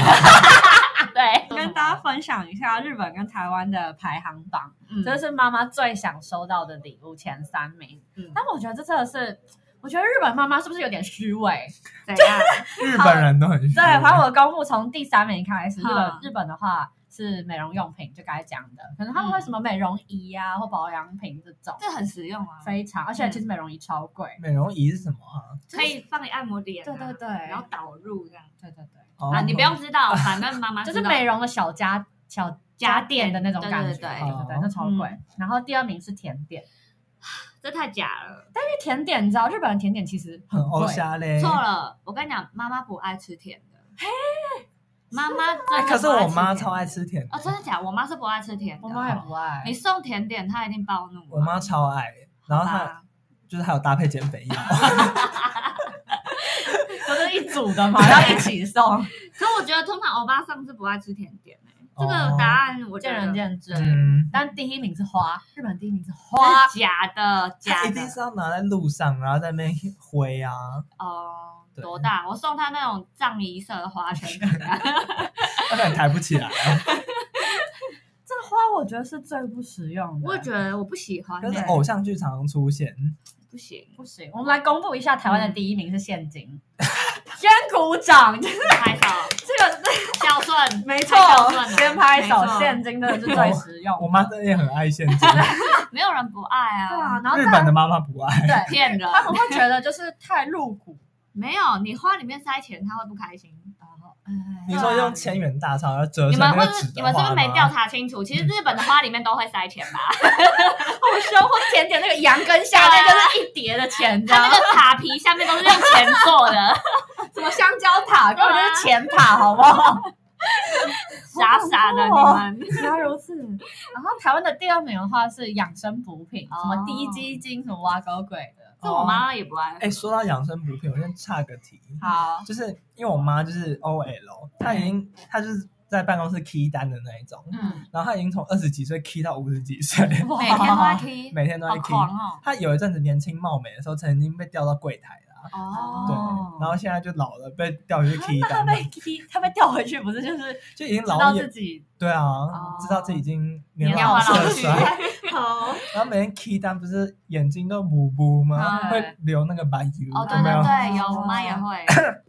[SPEAKER 1] 对，
[SPEAKER 4] 跟大家分享一下日本跟台湾的排行榜，
[SPEAKER 1] 嗯
[SPEAKER 4] 这是妈妈最想收到的礼物前三名。
[SPEAKER 1] 嗯
[SPEAKER 4] 但我觉得这真的是，我觉得日本妈妈是不是有点虚伪？
[SPEAKER 1] 怎样？
[SPEAKER 2] 日本人都很虚
[SPEAKER 4] 对，反正我公布从第三名开始，日本
[SPEAKER 1] 嗯
[SPEAKER 4] 日本的话是美容用品，就刚才讲的，可能他们会什么美容仪啊或保养品这种，
[SPEAKER 1] 这很实用啊，
[SPEAKER 4] 非常，而且其实美容仪超贵。
[SPEAKER 2] 美容仪是什么啊？
[SPEAKER 1] 可以帮你按摩脸啊，
[SPEAKER 4] 对对对
[SPEAKER 1] 然后导入这样
[SPEAKER 4] 对对对，
[SPEAKER 2] 哦
[SPEAKER 1] 啊，你不用知道，反正妈 妈
[SPEAKER 4] 就是
[SPEAKER 1] 知道
[SPEAKER 4] 美容的小家小
[SPEAKER 1] 家
[SPEAKER 4] 电的那种
[SPEAKER 1] 电
[SPEAKER 4] 感觉，嗯
[SPEAKER 1] 对对
[SPEAKER 2] 对
[SPEAKER 4] 对对，那超贵。然后第二名是甜点，
[SPEAKER 1] 这太假了，
[SPEAKER 4] 但是甜点你知道，日本的甜点其实
[SPEAKER 2] 很
[SPEAKER 4] 贵
[SPEAKER 2] 欧。沙
[SPEAKER 4] 哎
[SPEAKER 2] 嘞。
[SPEAKER 1] 错了，我跟你讲，妈妈不爱吃甜的，妈妈真
[SPEAKER 2] 哎，
[SPEAKER 1] 的
[SPEAKER 2] 可是我妈
[SPEAKER 1] 不爱吃甜的
[SPEAKER 2] 超爱吃甜的
[SPEAKER 1] 哦，，真的假的？我妈是不爱吃甜的，哦
[SPEAKER 4] 我妈也不爱
[SPEAKER 1] 你，送甜点，她一定暴怒啊。啊
[SPEAKER 2] 我妈超爱，然后她
[SPEAKER 1] 吧
[SPEAKER 2] 就是还有搭配减肥药。
[SPEAKER 4] 都是一组 的嘛，要一起送，
[SPEAKER 1] 可我觉得通常欧巴桑是不爱吃甜点欸这
[SPEAKER 2] 哦
[SPEAKER 1] 个答案我觉
[SPEAKER 4] 见
[SPEAKER 1] 得
[SPEAKER 4] 仁见智。
[SPEAKER 2] 嗯，
[SPEAKER 4] 但第一名是花，日本第一名是花
[SPEAKER 1] 这，是假的，假
[SPEAKER 2] 她一
[SPEAKER 1] 的
[SPEAKER 2] 定是要拿在路上，然后在那边挥啊，
[SPEAKER 1] 哦。
[SPEAKER 2] 对
[SPEAKER 1] 多大？我送她那种葬仪社的 花圈给她，
[SPEAKER 2] 她可能抬不起来啊。
[SPEAKER 4] 这花我觉得是最不实用的。
[SPEAKER 1] 我觉得我不喜欢欸，
[SPEAKER 2] 可是哦偶像剧常常出现，
[SPEAKER 1] 不行，
[SPEAKER 4] 不行，我们来公布一下台湾的第一名是现金，
[SPEAKER 2] 嗯
[SPEAKER 4] 先鼓掌，这
[SPEAKER 1] 拍手，
[SPEAKER 4] 个
[SPEAKER 1] 孝顺，
[SPEAKER 4] 没
[SPEAKER 1] 太孝顺了
[SPEAKER 4] 先拍手
[SPEAKER 1] 没，错
[SPEAKER 4] 现金真的是最实用。
[SPEAKER 2] 哦我妈真的也很爱 现金，
[SPEAKER 1] 没有人不爱
[SPEAKER 4] 对
[SPEAKER 1] 啊，
[SPEAKER 4] 啊，然后
[SPEAKER 2] 日
[SPEAKER 4] 大
[SPEAKER 2] 本
[SPEAKER 4] 家
[SPEAKER 2] 的妈妈不爱。
[SPEAKER 4] 对
[SPEAKER 1] 骗 人。
[SPEAKER 4] 他们会觉得就是太露骨，
[SPEAKER 1] 没有，你花里面塞钱，她会不开心。
[SPEAKER 4] 哎
[SPEAKER 2] 你
[SPEAKER 4] 啊
[SPEAKER 2] 说用千元大钞要折
[SPEAKER 1] 你
[SPEAKER 2] 成
[SPEAKER 1] 们
[SPEAKER 2] 那
[SPEAKER 1] 会
[SPEAKER 2] 个
[SPEAKER 1] 不是
[SPEAKER 2] 纸的
[SPEAKER 1] 你们是不
[SPEAKER 2] 话
[SPEAKER 1] 是
[SPEAKER 2] 吗？
[SPEAKER 1] 没调查清楚？其实日本的花里面都会塞钱吧，
[SPEAKER 4] 不凶，或舔舔那个羊羹下面就是一叠的钱，这
[SPEAKER 1] 它
[SPEAKER 4] 样
[SPEAKER 1] 那个塔皮下面都是用钱做 的，
[SPEAKER 4] 什么香蕉塔，根
[SPEAKER 1] 对啊
[SPEAKER 4] 本就是钱塔，好不好？
[SPEAKER 1] 傻傻的你们。
[SPEAKER 4] 原来如此。然后台湾的第二名的话是养生补品，
[SPEAKER 1] 哦
[SPEAKER 4] 什么低基金，什么挖沟鬼的。
[SPEAKER 2] 哦
[SPEAKER 1] 这我妈也不爱。
[SPEAKER 2] 哎，说到养生补品，我先岔个题，
[SPEAKER 4] 好，
[SPEAKER 2] 就是因为我妈就是 OL，她已经她就是在办公室 key 单的那一种，
[SPEAKER 1] 嗯，
[SPEAKER 2] 然后她已经从二十几岁 key 到五十几岁，
[SPEAKER 1] 每天都在
[SPEAKER 4] 哇
[SPEAKER 1] K，
[SPEAKER 2] 每天都在
[SPEAKER 1] 嗯好
[SPEAKER 2] key。
[SPEAKER 1] 狂哦。
[SPEAKER 2] 她有一阵子年轻貌美的时候，曾经被调到柜台啦，对
[SPEAKER 1] 哦，，
[SPEAKER 2] 然后现在就老了，被调 回去 key
[SPEAKER 4] 那他
[SPEAKER 2] 单，
[SPEAKER 4] 被踢，他被调回去，不是就是
[SPEAKER 2] 就已经
[SPEAKER 4] 知
[SPEAKER 2] 老
[SPEAKER 4] 道
[SPEAKER 2] 眼
[SPEAKER 4] 自己
[SPEAKER 2] 对啊，知道自己已经年
[SPEAKER 1] 哦年老
[SPEAKER 2] 老色
[SPEAKER 1] 老去
[SPEAKER 2] 衰，
[SPEAKER 4] 好，
[SPEAKER 2] 然后每天 key 单不是眼睛都模糊吗？
[SPEAKER 1] 嗯
[SPEAKER 2] 会流那个白油，
[SPEAKER 1] 哦，对
[SPEAKER 2] 有没
[SPEAKER 1] 对
[SPEAKER 2] 有？
[SPEAKER 1] 对，有我妈也 会。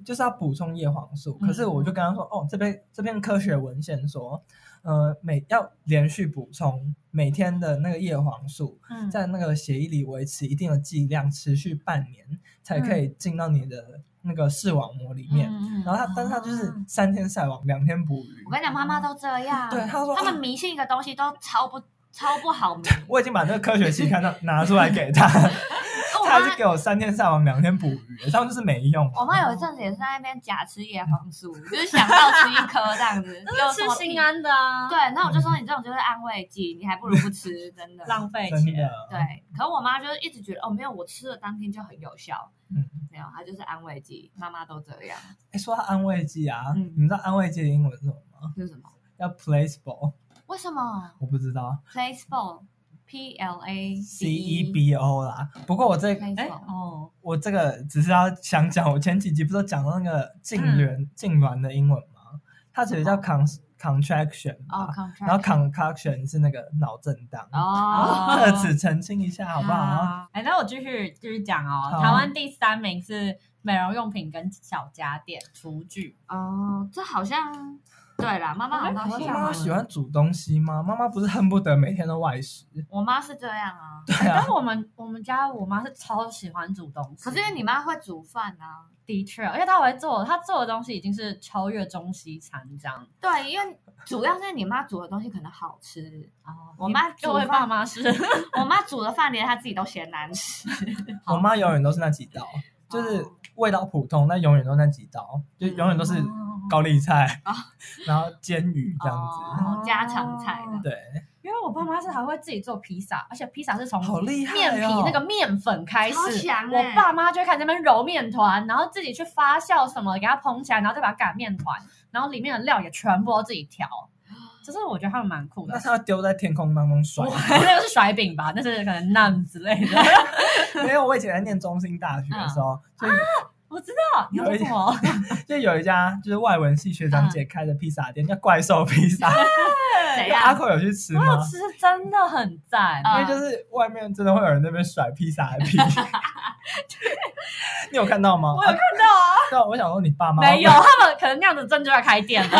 [SPEAKER 2] 就是要补充叶黄素。
[SPEAKER 4] 嗯
[SPEAKER 2] 可是我就跟他说，哦，这边这篇科学文献说，呃，每要连续补充每天的那个叶黄素，
[SPEAKER 4] 嗯
[SPEAKER 2] 在那个血液里维持一定的剂量，持续半年才可以进到你的那个视网膜里面。
[SPEAKER 1] 嗯，
[SPEAKER 2] 然后他，但是他就是
[SPEAKER 4] 哦
[SPEAKER 2] 三天晒网，两天捕鱼
[SPEAKER 1] 我。跟你讲，妈妈都这样。
[SPEAKER 2] 对，他说
[SPEAKER 1] 他们
[SPEAKER 2] 啊
[SPEAKER 1] 迷信一个东西都超不超不好迷。
[SPEAKER 2] 我已经把那个科学期刊拿拿出来给他，
[SPEAKER 1] 哦我
[SPEAKER 2] 他还
[SPEAKER 1] 妈
[SPEAKER 2] 是给我三天晒网，两天捕鱼，这样就是没用啊。
[SPEAKER 1] 我妈有一阵子也是在那边假吃叶黄素，就是想到吃一颗这样 子，
[SPEAKER 4] 那是
[SPEAKER 1] 就
[SPEAKER 4] 吃心。安的啊，
[SPEAKER 1] 对，，那我就说你这种就是安慰剂，你还不如不吃，真的。
[SPEAKER 4] 浪费
[SPEAKER 2] 真
[SPEAKER 4] 钱。
[SPEAKER 2] 的，
[SPEAKER 1] 对，可我妈就是一直觉得哦，没有，我吃了当天就很有效，
[SPEAKER 2] 嗯。
[SPEAKER 1] 没有，她就是安慰剂，妈妈都这样，
[SPEAKER 2] 哎，说到安慰剂啊，
[SPEAKER 1] 嗯
[SPEAKER 2] 你们知道安慰剂的英文是什么吗？
[SPEAKER 1] 就是什么？
[SPEAKER 2] 叫 placebo，
[SPEAKER 1] 为什么
[SPEAKER 2] 我不知道
[SPEAKER 1] placebo？P L A E
[SPEAKER 2] ，C E B O 啦。不过我这
[SPEAKER 4] 哎
[SPEAKER 1] placebo
[SPEAKER 4] 哦，
[SPEAKER 2] 我这个只是要想讲，我前几集不是都讲到那个痉挛痉挛的英文吗？它其实叫 con contraction
[SPEAKER 1] 哦
[SPEAKER 2] 嘛，
[SPEAKER 1] ，contract，
[SPEAKER 2] 然后 concoction 是那个脑震荡。
[SPEAKER 1] 哦，
[SPEAKER 2] 特此澄清一下好不好？
[SPEAKER 4] 啊？哎，那我继续继续讲哦。
[SPEAKER 2] 好
[SPEAKER 4] 台湾第三名是美容用品跟小家电、厨具。
[SPEAKER 1] 哦，这好像对啦，妈妈好像
[SPEAKER 4] 我觉
[SPEAKER 1] 都这
[SPEAKER 4] 得
[SPEAKER 2] 妈
[SPEAKER 4] 好
[SPEAKER 2] 哎妈
[SPEAKER 4] 像
[SPEAKER 1] 样，
[SPEAKER 2] 喜欢煮东西吗？妈妈不是恨不得每天都外食？
[SPEAKER 1] 我妈是这样啊，
[SPEAKER 2] 对
[SPEAKER 4] 哎但
[SPEAKER 2] 啊
[SPEAKER 4] 是，我们我们家我妈是超喜欢煮东西，
[SPEAKER 1] 可是因为你妈会煮饭啊，
[SPEAKER 4] 的确，而且她会做，她做的东西已经是超越中西餐这样。
[SPEAKER 1] 对，因为主要是你妈煮的东西可能好吃，
[SPEAKER 4] 哦
[SPEAKER 1] 我妈煮
[SPEAKER 4] 各位
[SPEAKER 1] 饭
[SPEAKER 4] 爸妈是
[SPEAKER 1] 我妈煮的饭连她自己都嫌难吃，
[SPEAKER 2] 我妈永远都是那几道，就是味道普通，但永远都那几道，就永远都 是
[SPEAKER 4] 哦
[SPEAKER 2] 高丽菜，然后煎鱼这样子。
[SPEAKER 1] 哦哦家常菜的
[SPEAKER 2] 对，
[SPEAKER 4] 因为我爸妈是还会自己做披萨，而且披萨是从
[SPEAKER 2] 好厉害哦
[SPEAKER 4] 面皮那个面粉开始
[SPEAKER 1] 超，强
[SPEAKER 4] 我
[SPEAKER 1] 欸
[SPEAKER 4] 爸妈就会开始在那边揉面团，然后自己去发酵什么，给它蓬起来，然后再把它擀面团，然后里面的料也全部都自己 调。就是我觉得他们蛮酷的
[SPEAKER 2] 那，是要丢在天空当中甩
[SPEAKER 4] 我那个是甩饼吧，那是可能 naan 之类 的。
[SPEAKER 2] 没有，我以前在念中兴大学的时
[SPEAKER 4] 嗯
[SPEAKER 2] 候，就
[SPEAKER 4] 我知道你要说什么，
[SPEAKER 2] 就有一家就是外文系学
[SPEAKER 4] 嗯
[SPEAKER 2] 长姐开的披萨店，叫怪兽披萨。
[SPEAKER 1] 谁
[SPEAKER 2] 阿
[SPEAKER 1] 呀？
[SPEAKER 2] 寇有去吃
[SPEAKER 4] 我有
[SPEAKER 2] 吗？
[SPEAKER 4] 吃啊真的很赞。
[SPEAKER 1] 嗯
[SPEAKER 2] 因为就是外面真的会有人在那边甩披萨 的皮。你有看到吗？
[SPEAKER 4] 我有看到啊，
[SPEAKER 2] 对啊，我想说你爸妈
[SPEAKER 4] 没有，他们可能那样子真的就要开店 了。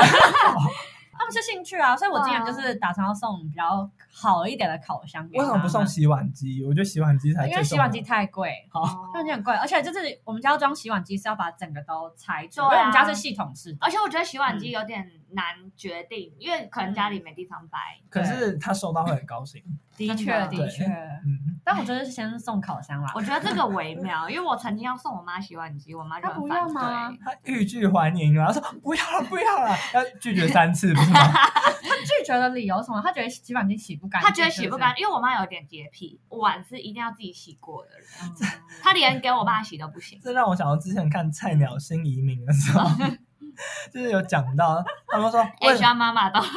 [SPEAKER 4] 他们是兴趣啊，所以我今年就是打算要送比较好一点的烤箱给
[SPEAKER 2] 为什么不
[SPEAKER 4] 他
[SPEAKER 2] 送
[SPEAKER 4] 们
[SPEAKER 2] 洗碗机？我觉得洗碗机才
[SPEAKER 4] 因
[SPEAKER 2] 最
[SPEAKER 4] 为
[SPEAKER 2] 重
[SPEAKER 4] 啊洗碗机太贵，
[SPEAKER 2] 好，
[SPEAKER 1] 哦
[SPEAKER 4] 就有点贵，而且就是我们家要装洗碗机是要把整个都拆除，因
[SPEAKER 1] 对啊
[SPEAKER 4] 为我们家是系统式的。
[SPEAKER 1] 而且我觉得洗碗机有点难决定，因为可能家里没地方摆。
[SPEAKER 2] 可是他收到会很高兴。
[SPEAKER 4] 的确，
[SPEAKER 1] 真的
[SPEAKER 4] 的确。
[SPEAKER 2] 嗯，
[SPEAKER 4] 但我觉得是先送烤箱啦。
[SPEAKER 1] 我觉得这个微妙，因为我曾经要送我妈洗碗机，我妈就
[SPEAKER 4] 她
[SPEAKER 1] 很
[SPEAKER 4] 不
[SPEAKER 1] 反
[SPEAKER 4] 要吗
[SPEAKER 1] 对。
[SPEAKER 2] 他欲拒还迎然后说不要了，不要了，要拒绝三次，不是吗？
[SPEAKER 4] 他拒绝的理由是什么？他觉得洗碗机洗不干净，
[SPEAKER 1] 她觉得洗不干，因为我妈有点洁癖，碗是一定要自己洗过的人，她连给我爸洗都不行。
[SPEAKER 2] 这让我想到之前看《菜鸟新移民》的时 候，就是有讲到他们说为
[SPEAKER 1] 哎，需要妈妈都会。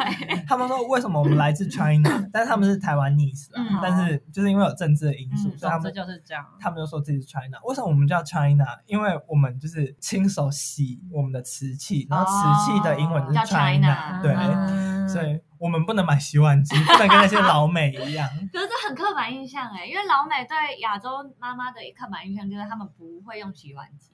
[SPEAKER 2] 他们说为什么我们来自 China，但是他们是台湾 nice 啊，
[SPEAKER 1] 嗯
[SPEAKER 2] 但是就是因为有政治的因素，
[SPEAKER 4] 是不
[SPEAKER 2] 嗯
[SPEAKER 4] 是。
[SPEAKER 2] 所
[SPEAKER 4] 嗯
[SPEAKER 2] 以他
[SPEAKER 4] 总之
[SPEAKER 2] 们
[SPEAKER 4] 就是这样。
[SPEAKER 2] 他们就说自己是 China。为什么我们叫 China？因为我们就是亲手洗我们的瓷器，然后瓷器的英
[SPEAKER 4] 哦
[SPEAKER 2] 文就是
[SPEAKER 1] 叫
[SPEAKER 2] China，、
[SPEAKER 1] China，
[SPEAKER 2] 对，
[SPEAKER 4] 嗯
[SPEAKER 2] 所以我们不能买洗碗机，不能跟那些老美一样。
[SPEAKER 1] 可是这很刻板印象哎、因为老美对亚洲妈妈的刻板印象就是他们不会用洗碗机，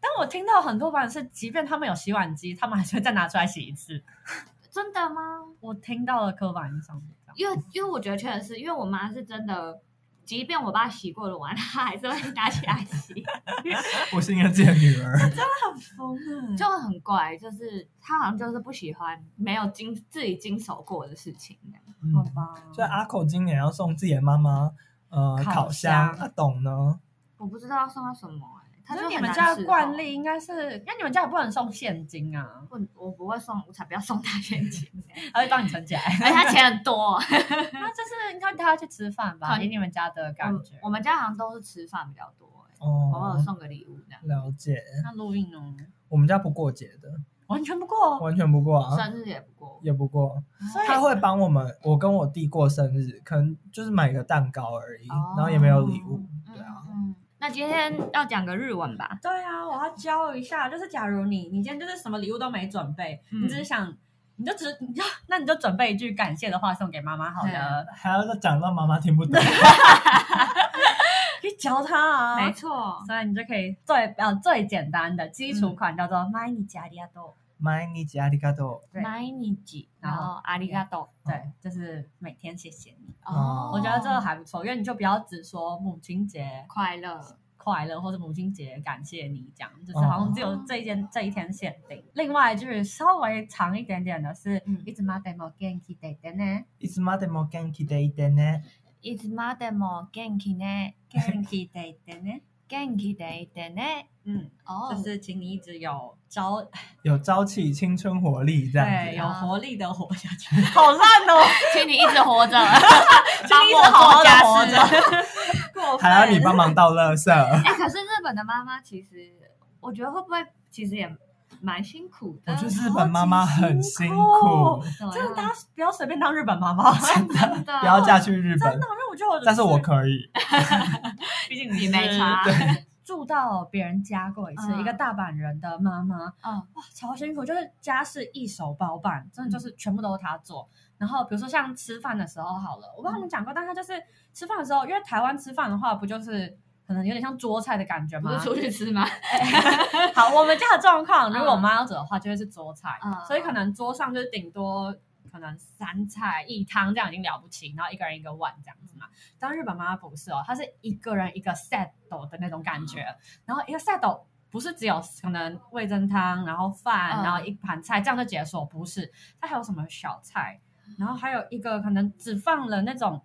[SPEAKER 4] 但我听到很多版是，即便他们有洗碗机，他们还是会再拿出来洗一次。
[SPEAKER 1] 真的吗？
[SPEAKER 4] 我听到了刻板印象是这样。
[SPEAKER 1] 因为因为我觉得确实是因为我妈是真的，即便我爸洗过的碗，她还是会拿起来洗，
[SPEAKER 2] 我信任自己的女儿，
[SPEAKER 4] 疯了
[SPEAKER 2] 嗯
[SPEAKER 1] 就很怪，就是她好像就是不喜欢没有经自己经手过的事情这样。
[SPEAKER 2] 嗯
[SPEAKER 4] 好吧。
[SPEAKER 2] 所以阿口今年要送自己的妈妈呃
[SPEAKER 4] 烤
[SPEAKER 2] 烤
[SPEAKER 4] 箱
[SPEAKER 2] 箱，阿董呢？
[SPEAKER 1] 我不知道要送她什么哎、她
[SPEAKER 4] 可
[SPEAKER 1] 就是很
[SPEAKER 4] 你们
[SPEAKER 1] 难
[SPEAKER 4] 家的
[SPEAKER 1] 伺
[SPEAKER 4] 惯
[SPEAKER 1] 候，
[SPEAKER 4] 例应该是，因为你们家也不能送现金啊，
[SPEAKER 1] 我我不会送，我才不要送她现 金，
[SPEAKER 4] 他会帮你 存起来。
[SPEAKER 1] 而且她钱很多。
[SPEAKER 4] 那就是应该带他去吃饭吧，
[SPEAKER 1] 好
[SPEAKER 4] 以你们家的感觉
[SPEAKER 1] 我。我们家好像都是吃饭比较多、欸，偶尔
[SPEAKER 2] 哦，
[SPEAKER 1] 送个礼物这样。
[SPEAKER 2] 了解。
[SPEAKER 4] 那录音呢？
[SPEAKER 2] 我们家不过节的，
[SPEAKER 4] 完全 不过，
[SPEAKER 2] 完全不过啊，
[SPEAKER 1] 生日也不过，
[SPEAKER 2] 也不过。
[SPEAKER 4] 所以
[SPEAKER 2] 他会帮我们，我跟我弟过生日，可能就是买个蛋糕而已，
[SPEAKER 1] 哦
[SPEAKER 2] 然后也没有礼物。对啊，
[SPEAKER 1] 嗯，那今天要讲个日文吧？
[SPEAKER 4] 对啊，我要教一下，就是假如你你今天就是什么礼物都没准备，
[SPEAKER 1] 嗯
[SPEAKER 4] 你只是想，你就只你 就那你就准备一句感谢的话送给妈妈好了，
[SPEAKER 2] 还要再讲到妈妈听不懂，
[SPEAKER 4] 可以教他啊。
[SPEAKER 1] 没哦错，
[SPEAKER 4] 所以你就可以最呃最简单的基础款叫做 “my ni j a d i a d o
[SPEAKER 2] 毎日ありがとう。
[SPEAKER 4] 对
[SPEAKER 1] 毎日，然
[SPEAKER 4] 哦
[SPEAKER 1] 后阿里嘎多，
[SPEAKER 4] 对，就是每天谢谢你。
[SPEAKER 2] 哦
[SPEAKER 4] 我觉得这个还不错，因为你就不要只说母亲节
[SPEAKER 1] 快乐，
[SPEAKER 4] 快乐或者母亲节感谢你这样，就是好像只有这一天、这一天限定。另外一句稍微长一点点的是
[SPEAKER 1] 嗯
[SPEAKER 4] いつまでも元気でいてね
[SPEAKER 2] いつまでも元気でいてね。
[SPEAKER 1] いつまでも元気ね，
[SPEAKER 4] 元気でいてね。
[SPEAKER 1] 元気でいてね。
[SPEAKER 4] 嗯，
[SPEAKER 1] 哦
[SPEAKER 4] 就，是请你一直有朝
[SPEAKER 2] 有朝气、青春活力这样
[SPEAKER 4] 对
[SPEAKER 2] 子。
[SPEAKER 4] 有
[SPEAKER 1] 啊
[SPEAKER 4] 活力的活下去， 好烂哦！
[SPEAKER 1] 请你一直活 着，
[SPEAKER 4] 请
[SPEAKER 1] 帮
[SPEAKER 4] 你一
[SPEAKER 1] 我
[SPEAKER 4] 直好好
[SPEAKER 1] 做
[SPEAKER 4] 的
[SPEAKER 1] 家
[SPEAKER 4] 活
[SPEAKER 1] 事。
[SPEAKER 4] 着， 过分
[SPEAKER 2] 还要你帮忙倒垃圾。
[SPEAKER 1] 哎，可是日本的妈妈其实，我觉得会不会其实也蛮辛苦
[SPEAKER 2] 我
[SPEAKER 1] 的
[SPEAKER 2] 觉？得日本妈妈很辛
[SPEAKER 4] 好
[SPEAKER 2] 苦，
[SPEAKER 1] 怎
[SPEAKER 4] 真的，
[SPEAKER 1] 么
[SPEAKER 4] 大
[SPEAKER 1] 样
[SPEAKER 4] 家不要随便当日本妈妈，真的，
[SPEAKER 1] 真的
[SPEAKER 2] 不要嫁去日本。
[SPEAKER 4] 因为我觉得我
[SPEAKER 2] 但是我可以，
[SPEAKER 4] 毕竟
[SPEAKER 1] 你没差，
[SPEAKER 4] 住到别人家过一次，
[SPEAKER 1] 嗯
[SPEAKER 4] 一个大阪人的妈妈，
[SPEAKER 1] 嗯，
[SPEAKER 4] 哇，超辛苦，就是家事一手包办，真的就是全部都是她做。然后比如说像吃饭的时候好了，我不知道你
[SPEAKER 1] 嗯
[SPEAKER 4] 们讲过，但她就是吃饭的时候，因为台湾吃饭的话，不就是可能有点像桌菜的感觉
[SPEAKER 1] 不
[SPEAKER 4] 吗
[SPEAKER 1] 是？出去吃吗？
[SPEAKER 4] 好，我们家的状况，
[SPEAKER 1] 嗯
[SPEAKER 4] 如果我妈要煮的话，就会是桌菜，
[SPEAKER 1] 嗯
[SPEAKER 4] 所以可能桌上就是顶多可能三菜一汤这样已经了不起，然后一个人一个碗这样子嘛。但日本妈妈不是哦，她是一个人一个 set 的那种感觉，
[SPEAKER 1] 嗯
[SPEAKER 4] 然后一个 set 不是只有可能味噌汤，然后饭，
[SPEAKER 1] 嗯
[SPEAKER 4] 然后一盘菜这样就结束了，不是，它还有什么小菜，然后还有一个可能只放了那种。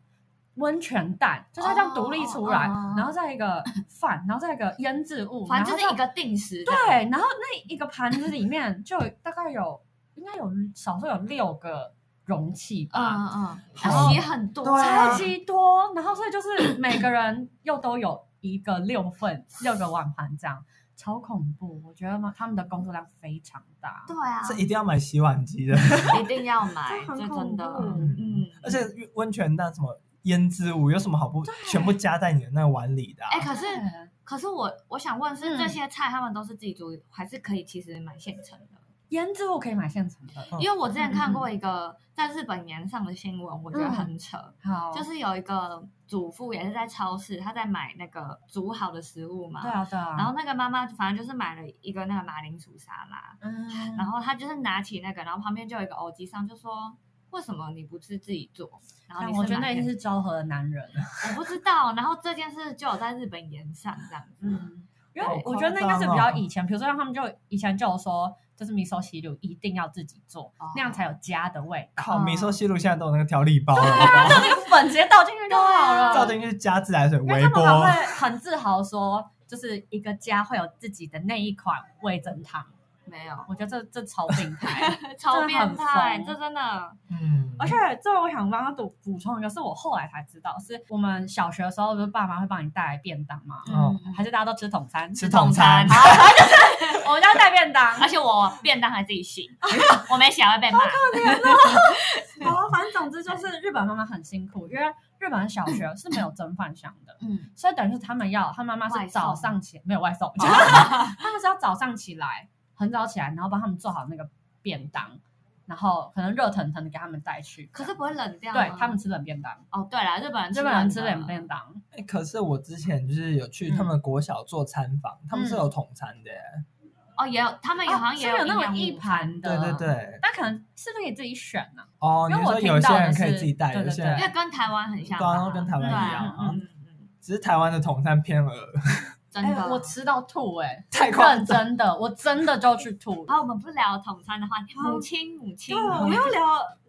[SPEAKER 4] 温泉蛋就是它这样独立出来
[SPEAKER 1] 哦哦哦
[SPEAKER 4] 然后再一个饭，然后再一个腌制物，
[SPEAKER 1] 反正
[SPEAKER 4] 然后
[SPEAKER 1] 就
[SPEAKER 4] 再
[SPEAKER 1] 是一个定 时的，
[SPEAKER 4] 对，然后那一个盘子里面就有大概有应该有少说有六个容器吧，
[SPEAKER 1] 嗯嗯，
[SPEAKER 2] 好
[SPEAKER 1] 然后也很多，
[SPEAKER 2] 对啊
[SPEAKER 4] 超级多，然后所以就是每个人又都有一个六份六个碗盘这样，超恐怖。我觉得嘛，他们的工作量非常大，
[SPEAKER 1] 对啊，
[SPEAKER 2] 是一定要买洗碗机的，
[SPEAKER 1] 一定要买，
[SPEAKER 4] 这
[SPEAKER 1] 这
[SPEAKER 4] 很
[SPEAKER 1] 真的，
[SPEAKER 4] 恐怖
[SPEAKER 1] 嗯，
[SPEAKER 2] 而且温泉蛋什么腌制物有什么好不全部加在你的那个碗里的啊、
[SPEAKER 1] 哎、可是
[SPEAKER 4] 对
[SPEAKER 1] 可是我我想问是，
[SPEAKER 4] 嗯
[SPEAKER 1] 这些菜他们都是自己煮，还是可以其实买现成的？
[SPEAKER 4] 腌制物可以买现 成的，
[SPEAKER 2] 嗯
[SPEAKER 1] 因为我之前看过一个在日本年上的新闻，我觉得
[SPEAKER 4] 嗯
[SPEAKER 1] 很扯，
[SPEAKER 4] 好，
[SPEAKER 1] 就是有一个主妇也是在超市，她在买那个煮好的食物嘛，
[SPEAKER 4] 对啊对啊，
[SPEAKER 1] 然后那个妈妈反正就是买了一个那个马铃薯沙拉，
[SPEAKER 4] 嗯，
[SPEAKER 1] 然后她就是拿起那个，然后旁边就有一个欧机上就说。为什么你不是自己做？然后
[SPEAKER 4] 但
[SPEAKER 1] 你
[SPEAKER 4] 我觉得
[SPEAKER 1] 买
[SPEAKER 4] 那一定
[SPEAKER 1] 现
[SPEAKER 4] 是昭和的男人，
[SPEAKER 1] 我不知道。然后这件事就有在日本延上这样子，
[SPEAKER 4] 嗯，因
[SPEAKER 2] 好
[SPEAKER 4] 为我
[SPEAKER 2] 夸
[SPEAKER 4] 觉得那应该是
[SPEAKER 2] 张
[SPEAKER 4] 比较
[SPEAKER 2] 哦
[SPEAKER 4] 以前，比如说像他们就以前就有说，就是米寿喜乳一定要自己做，
[SPEAKER 1] 哦
[SPEAKER 4] 那样才有家的味道。
[SPEAKER 2] 靠，哦米寿西路现在都有那个调理包了，好
[SPEAKER 4] 就
[SPEAKER 2] 不好
[SPEAKER 4] 那个粉直接倒进去就好 了，
[SPEAKER 2] 照进去加自来水
[SPEAKER 4] 啊因为
[SPEAKER 2] 微
[SPEAKER 4] 他们还
[SPEAKER 2] 波，
[SPEAKER 4] 会很自豪说，就是一个家会有自己的那一款味增汤。
[SPEAKER 1] 没有，
[SPEAKER 4] 我觉得这这超病态，
[SPEAKER 1] 超变态，
[SPEAKER 4] 真的很疯
[SPEAKER 1] 这真的
[SPEAKER 2] 嗯，
[SPEAKER 4] 而且这我想帮他补补充一个，是我后来才知道，是我们小学的时候，不是爸妈会帮你带来便当吗？
[SPEAKER 2] 哦
[SPEAKER 1] 嗯
[SPEAKER 4] 还是大家都吃统餐？
[SPEAKER 2] 吃
[SPEAKER 1] 统
[SPEAKER 2] 统餐，
[SPEAKER 1] 餐
[SPEAKER 4] 我们家带便当，
[SPEAKER 1] 而且我便当还自己 洗，我没洗还会被骂。
[SPEAKER 4] 好，啊反正总之就是日本妈妈很辛苦，因为日本小学是没有蒸饭箱的，
[SPEAKER 1] 嗯，
[SPEAKER 4] 所以等于是他们要，他妈妈
[SPEAKER 1] 外
[SPEAKER 4] 是
[SPEAKER 1] 送哦
[SPEAKER 4] 早上起没有外送， 他们是要早上起来，很早起来，然后帮他们做好那个便当，然后可能热腾腾的给他们带去。
[SPEAKER 1] 可是不会啊冷掉吗
[SPEAKER 4] 对他们吃冷便当，
[SPEAKER 1] 哦，对了，日本人
[SPEAKER 4] 日本人吃
[SPEAKER 1] 冷
[SPEAKER 4] 冷
[SPEAKER 1] 的
[SPEAKER 4] 便当，
[SPEAKER 2] 哎可是我之前就是有去
[SPEAKER 4] 嗯
[SPEAKER 2] 他们的国小做餐房，他们是有统餐的耶，
[SPEAKER 1] 哦，也有他们也好像也
[SPEAKER 4] 哦所以有那种
[SPEAKER 1] 种
[SPEAKER 4] 一盘的，
[SPEAKER 2] 对对。对，
[SPEAKER 4] 但可能是不是可以自己选啊呢？
[SPEAKER 2] 哦，你
[SPEAKER 4] 因为我
[SPEAKER 2] 说
[SPEAKER 4] 听
[SPEAKER 2] 有些
[SPEAKER 4] 到的
[SPEAKER 2] 人可以
[SPEAKER 4] 是
[SPEAKER 2] 自己带，
[SPEAKER 4] 对
[SPEAKER 2] 有
[SPEAKER 4] 对
[SPEAKER 2] 些
[SPEAKER 4] 对
[SPEAKER 2] 人
[SPEAKER 1] 因为跟台湾很像
[SPEAKER 2] 对啊
[SPEAKER 1] 吧，
[SPEAKER 2] 跟台湾
[SPEAKER 1] 对
[SPEAKER 2] 一样啊
[SPEAKER 1] 嗯嗯嗯，
[SPEAKER 2] 只是台湾的统餐偏额，
[SPEAKER 1] 真
[SPEAKER 4] 哎，
[SPEAKER 1] 的。
[SPEAKER 4] 我吃到吐哎，
[SPEAKER 2] 太夸张
[SPEAKER 4] 认真的，我真的就去 吐。
[SPEAKER 1] 然后我们不聊统餐的话题，
[SPEAKER 4] 好
[SPEAKER 1] 母亲母亲，
[SPEAKER 4] 啊们要聊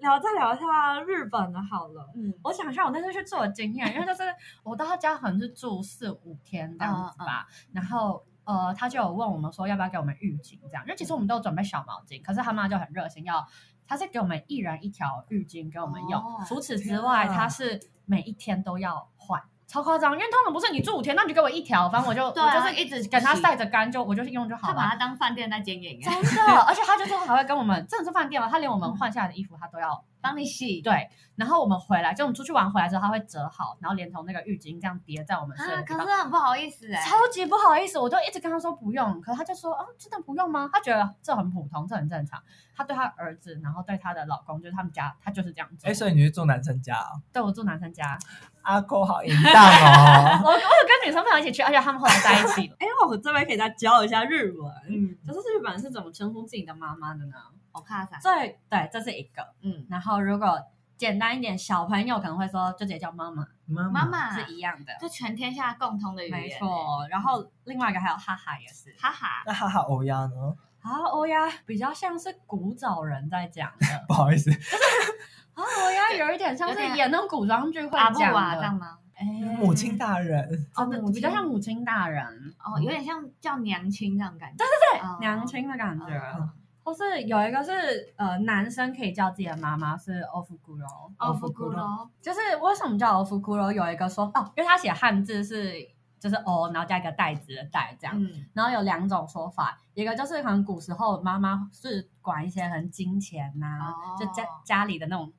[SPEAKER 4] 聊再聊一下日本的好了。
[SPEAKER 1] 嗯，
[SPEAKER 4] 我想一下我那次去做的经验，因为就是我到他家可能是住四五天这样子吧，然后呃，他就有问我们说要不要给我们浴巾这样，因为其实我们都有准备小毛巾，可是他妈就很热心要，他是给我们一人一条浴巾给我们用，
[SPEAKER 1] 哦
[SPEAKER 4] 除此之外，
[SPEAKER 2] 天啊
[SPEAKER 4] 他是每一天都要换。超夸张，因为通常不是你住五天，那你就给我一条，反正我就、
[SPEAKER 1] 对啊
[SPEAKER 4] 我就是一直跟他晒着干，就我就是用就好啊
[SPEAKER 1] 他把
[SPEAKER 4] 了。
[SPEAKER 1] 它当饭店在 经营，
[SPEAKER 4] 真
[SPEAKER 1] 哎
[SPEAKER 4] 的，而且他就是还会跟我们，真的是饭店嘛，他连我们换下来的衣服他都要
[SPEAKER 1] 帮你洗
[SPEAKER 4] 对，然后我们回来，就我们出去玩回来之后，他会折好，然后连同那个浴巾这样叠在我们身
[SPEAKER 1] 啊。
[SPEAKER 4] 上。
[SPEAKER 1] 可是很不好意思哎，
[SPEAKER 4] 超级不好意思，我就一直跟他说不用，可是他就说啊，真的不用吗？他觉得嗯这很普通，这很正常。他对他儿子，然后对他的老公，就是他们家，他就是这样子。
[SPEAKER 2] 哎，所以你去做男生家啊？
[SPEAKER 4] 对我住男生家，
[SPEAKER 2] 阿扣好淫荡哦，
[SPEAKER 4] 我我有 跟女生朋友一起去，而且他们后来在一起了。哎，我这边可以再教一下日文，
[SPEAKER 1] 嗯，
[SPEAKER 4] 就是日本人是怎么称呼自己的妈妈的呢？
[SPEAKER 1] 我看啥，
[SPEAKER 4] 最对，这是一个。
[SPEAKER 1] 嗯，
[SPEAKER 4] 然后如果简单一点，小朋友可能会说就直接叫妈 妈，
[SPEAKER 2] 妈
[SPEAKER 1] 妈妈
[SPEAKER 4] 是一样的。
[SPEAKER 1] 这全天下共同的语言，
[SPEAKER 4] 没，错，然后另外一个还有哈哈也是
[SPEAKER 1] 哈哈，
[SPEAKER 2] 那哈哈欧亚呢？
[SPEAKER 4] 啊，欧呀，比较像是古早人在讲 的
[SPEAKER 2] 不好意思，
[SPEAKER 4] 啊，欧呀有一点像
[SPEAKER 1] 有
[SPEAKER 4] 是
[SPEAKER 1] 点
[SPEAKER 4] 演那种古装剧会
[SPEAKER 1] 阿布
[SPEAKER 4] 讲
[SPEAKER 1] 瓦这
[SPEAKER 4] 的
[SPEAKER 1] 样，吗？
[SPEAKER 4] 哎
[SPEAKER 2] 母亲大人，
[SPEAKER 4] 哦，对比较像母亲大人，哦
[SPEAKER 1] 哦，有点像叫娘亲这样感觉，对
[SPEAKER 4] 对
[SPEAKER 1] 对
[SPEAKER 4] 娘亲的感觉
[SPEAKER 2] 嗯。
[SPEAKER 4] 或是有一个是呃，男生可以叫自己的妈妈是欧夫古柔，
[SPEAKER 1] 哦，福古罗，
[SPEAKER 4] 就是为什么叫欧夫古柔？有一个说哦，因为他写汉字是就是欧，然后加一个袋子的袋这样，
[SPEAKER 1] 嗯，
[SPEAKER 4] 然后有两种说法，一个就是可能古时候妈妈是管一些很金钱呐、啊
[SPEAKER 1] 哦
[SPEAKER 4] 就家家里的那种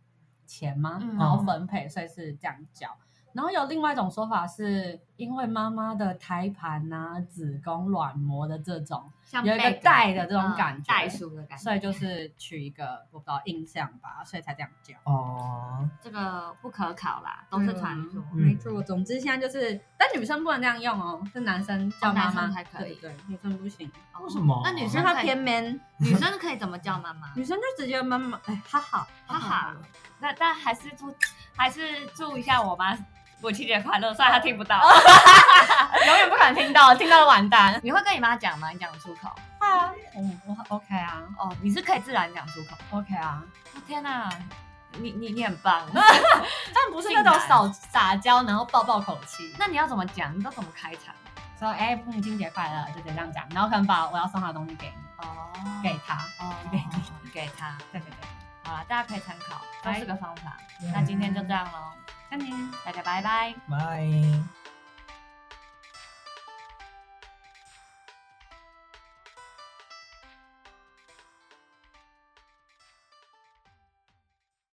[SPEAKER 4] 钱嘛，
[SPEAKER 1] 嗯
[SPEAKER 4] 然后分配，所以是这样叫。然后有另外一种说法是，因为妈妈的胎盘呐、子宫、卵膜的这种，
[SPEAKER 1] 像
[SPEAKER 4] 有一个
[SPEAKER 1] 贝壳
[SPEAKER 4] 带的这种感
[SPEAKER 1] 嗯
[SPEAKER 4] 觉，
[SPEAKER 1] 袋鼠的感觉，
[SPEAKER 4] 所以就是取一个我不知道印象吧，所以才这样叫。
[SPEAKER 2] 哦，
[SPEAKER 1] 这个不可考啦，都是传说。
[SPEAKER 2] 嗯
[SPEAKER 4] 没错，总之现在就是，但女生不能这样用哦，是男生叫妈
[SPEAKER 1] 哦
[SPEAKER 4] 妈
[SPEAKER 1] 男生才可以
[SPEAKER 4] 对对，女生不行，
[SPEAKER 1] 哦
[SPEAKER 2] 为什么
[SPEAKER 1] 那女
[SPEAKER 4] 因为
[SPEAKER 1] 生
[SPEAKER 4] 她
[SPEAKER 1] 可
[SPEAKER 4] 偏
[SPEAKER 1] 以，
[SPEAKER 4] man。 嗯
[SPEAKER 1] 女生可以怎么叫妈妈？
[SPEAKER 4] 女生就直接妈妈，哎，哈哈
[SPEAKER 1] 哈哈，那但还是祝，还是祝一下我妈母亲节快乐，虽然她听不到。
[SPEAKER 4] 哦 永远不敢听到，听到完蛋。
[SPEAKER 1] 你会跟你妈讲吗？你讲得出口？
[SPEAKER 4] 啊，嗯，我 OK 啊
[SPEAKER 1] 哦，你是可以自然讲出口。
[SPEAKER 4] ，OK 啊，
[SPEAKER 1] 哦天哪，你你你很棒。
[SPEAKER 4] 但不是那种撒撒娇然后爆爆口气，
[SPEAKER 1] 那你要怎么讲？你都怎么开场？
[SPEAKER 4] 说哎母亲节快乐，就得这样讲，然后可能把我要送她的东西给你，
[SPEAKER 1] 哦，
[SPEAKER 4] 给她，
[SPEAKER 1] 哦，
[SPEAKER 4] 给
[SPEAKER 1] 给他。
[SPEAKER 4] 对对对，
[SPEAKER 1] 哦，好了，大家可以参考，都是个方法。那今天就这样喽，
[SPEAKER 4] 看你。
[SPEAKER 1] 大家拜拜。
[SPEAKER 2] 拜。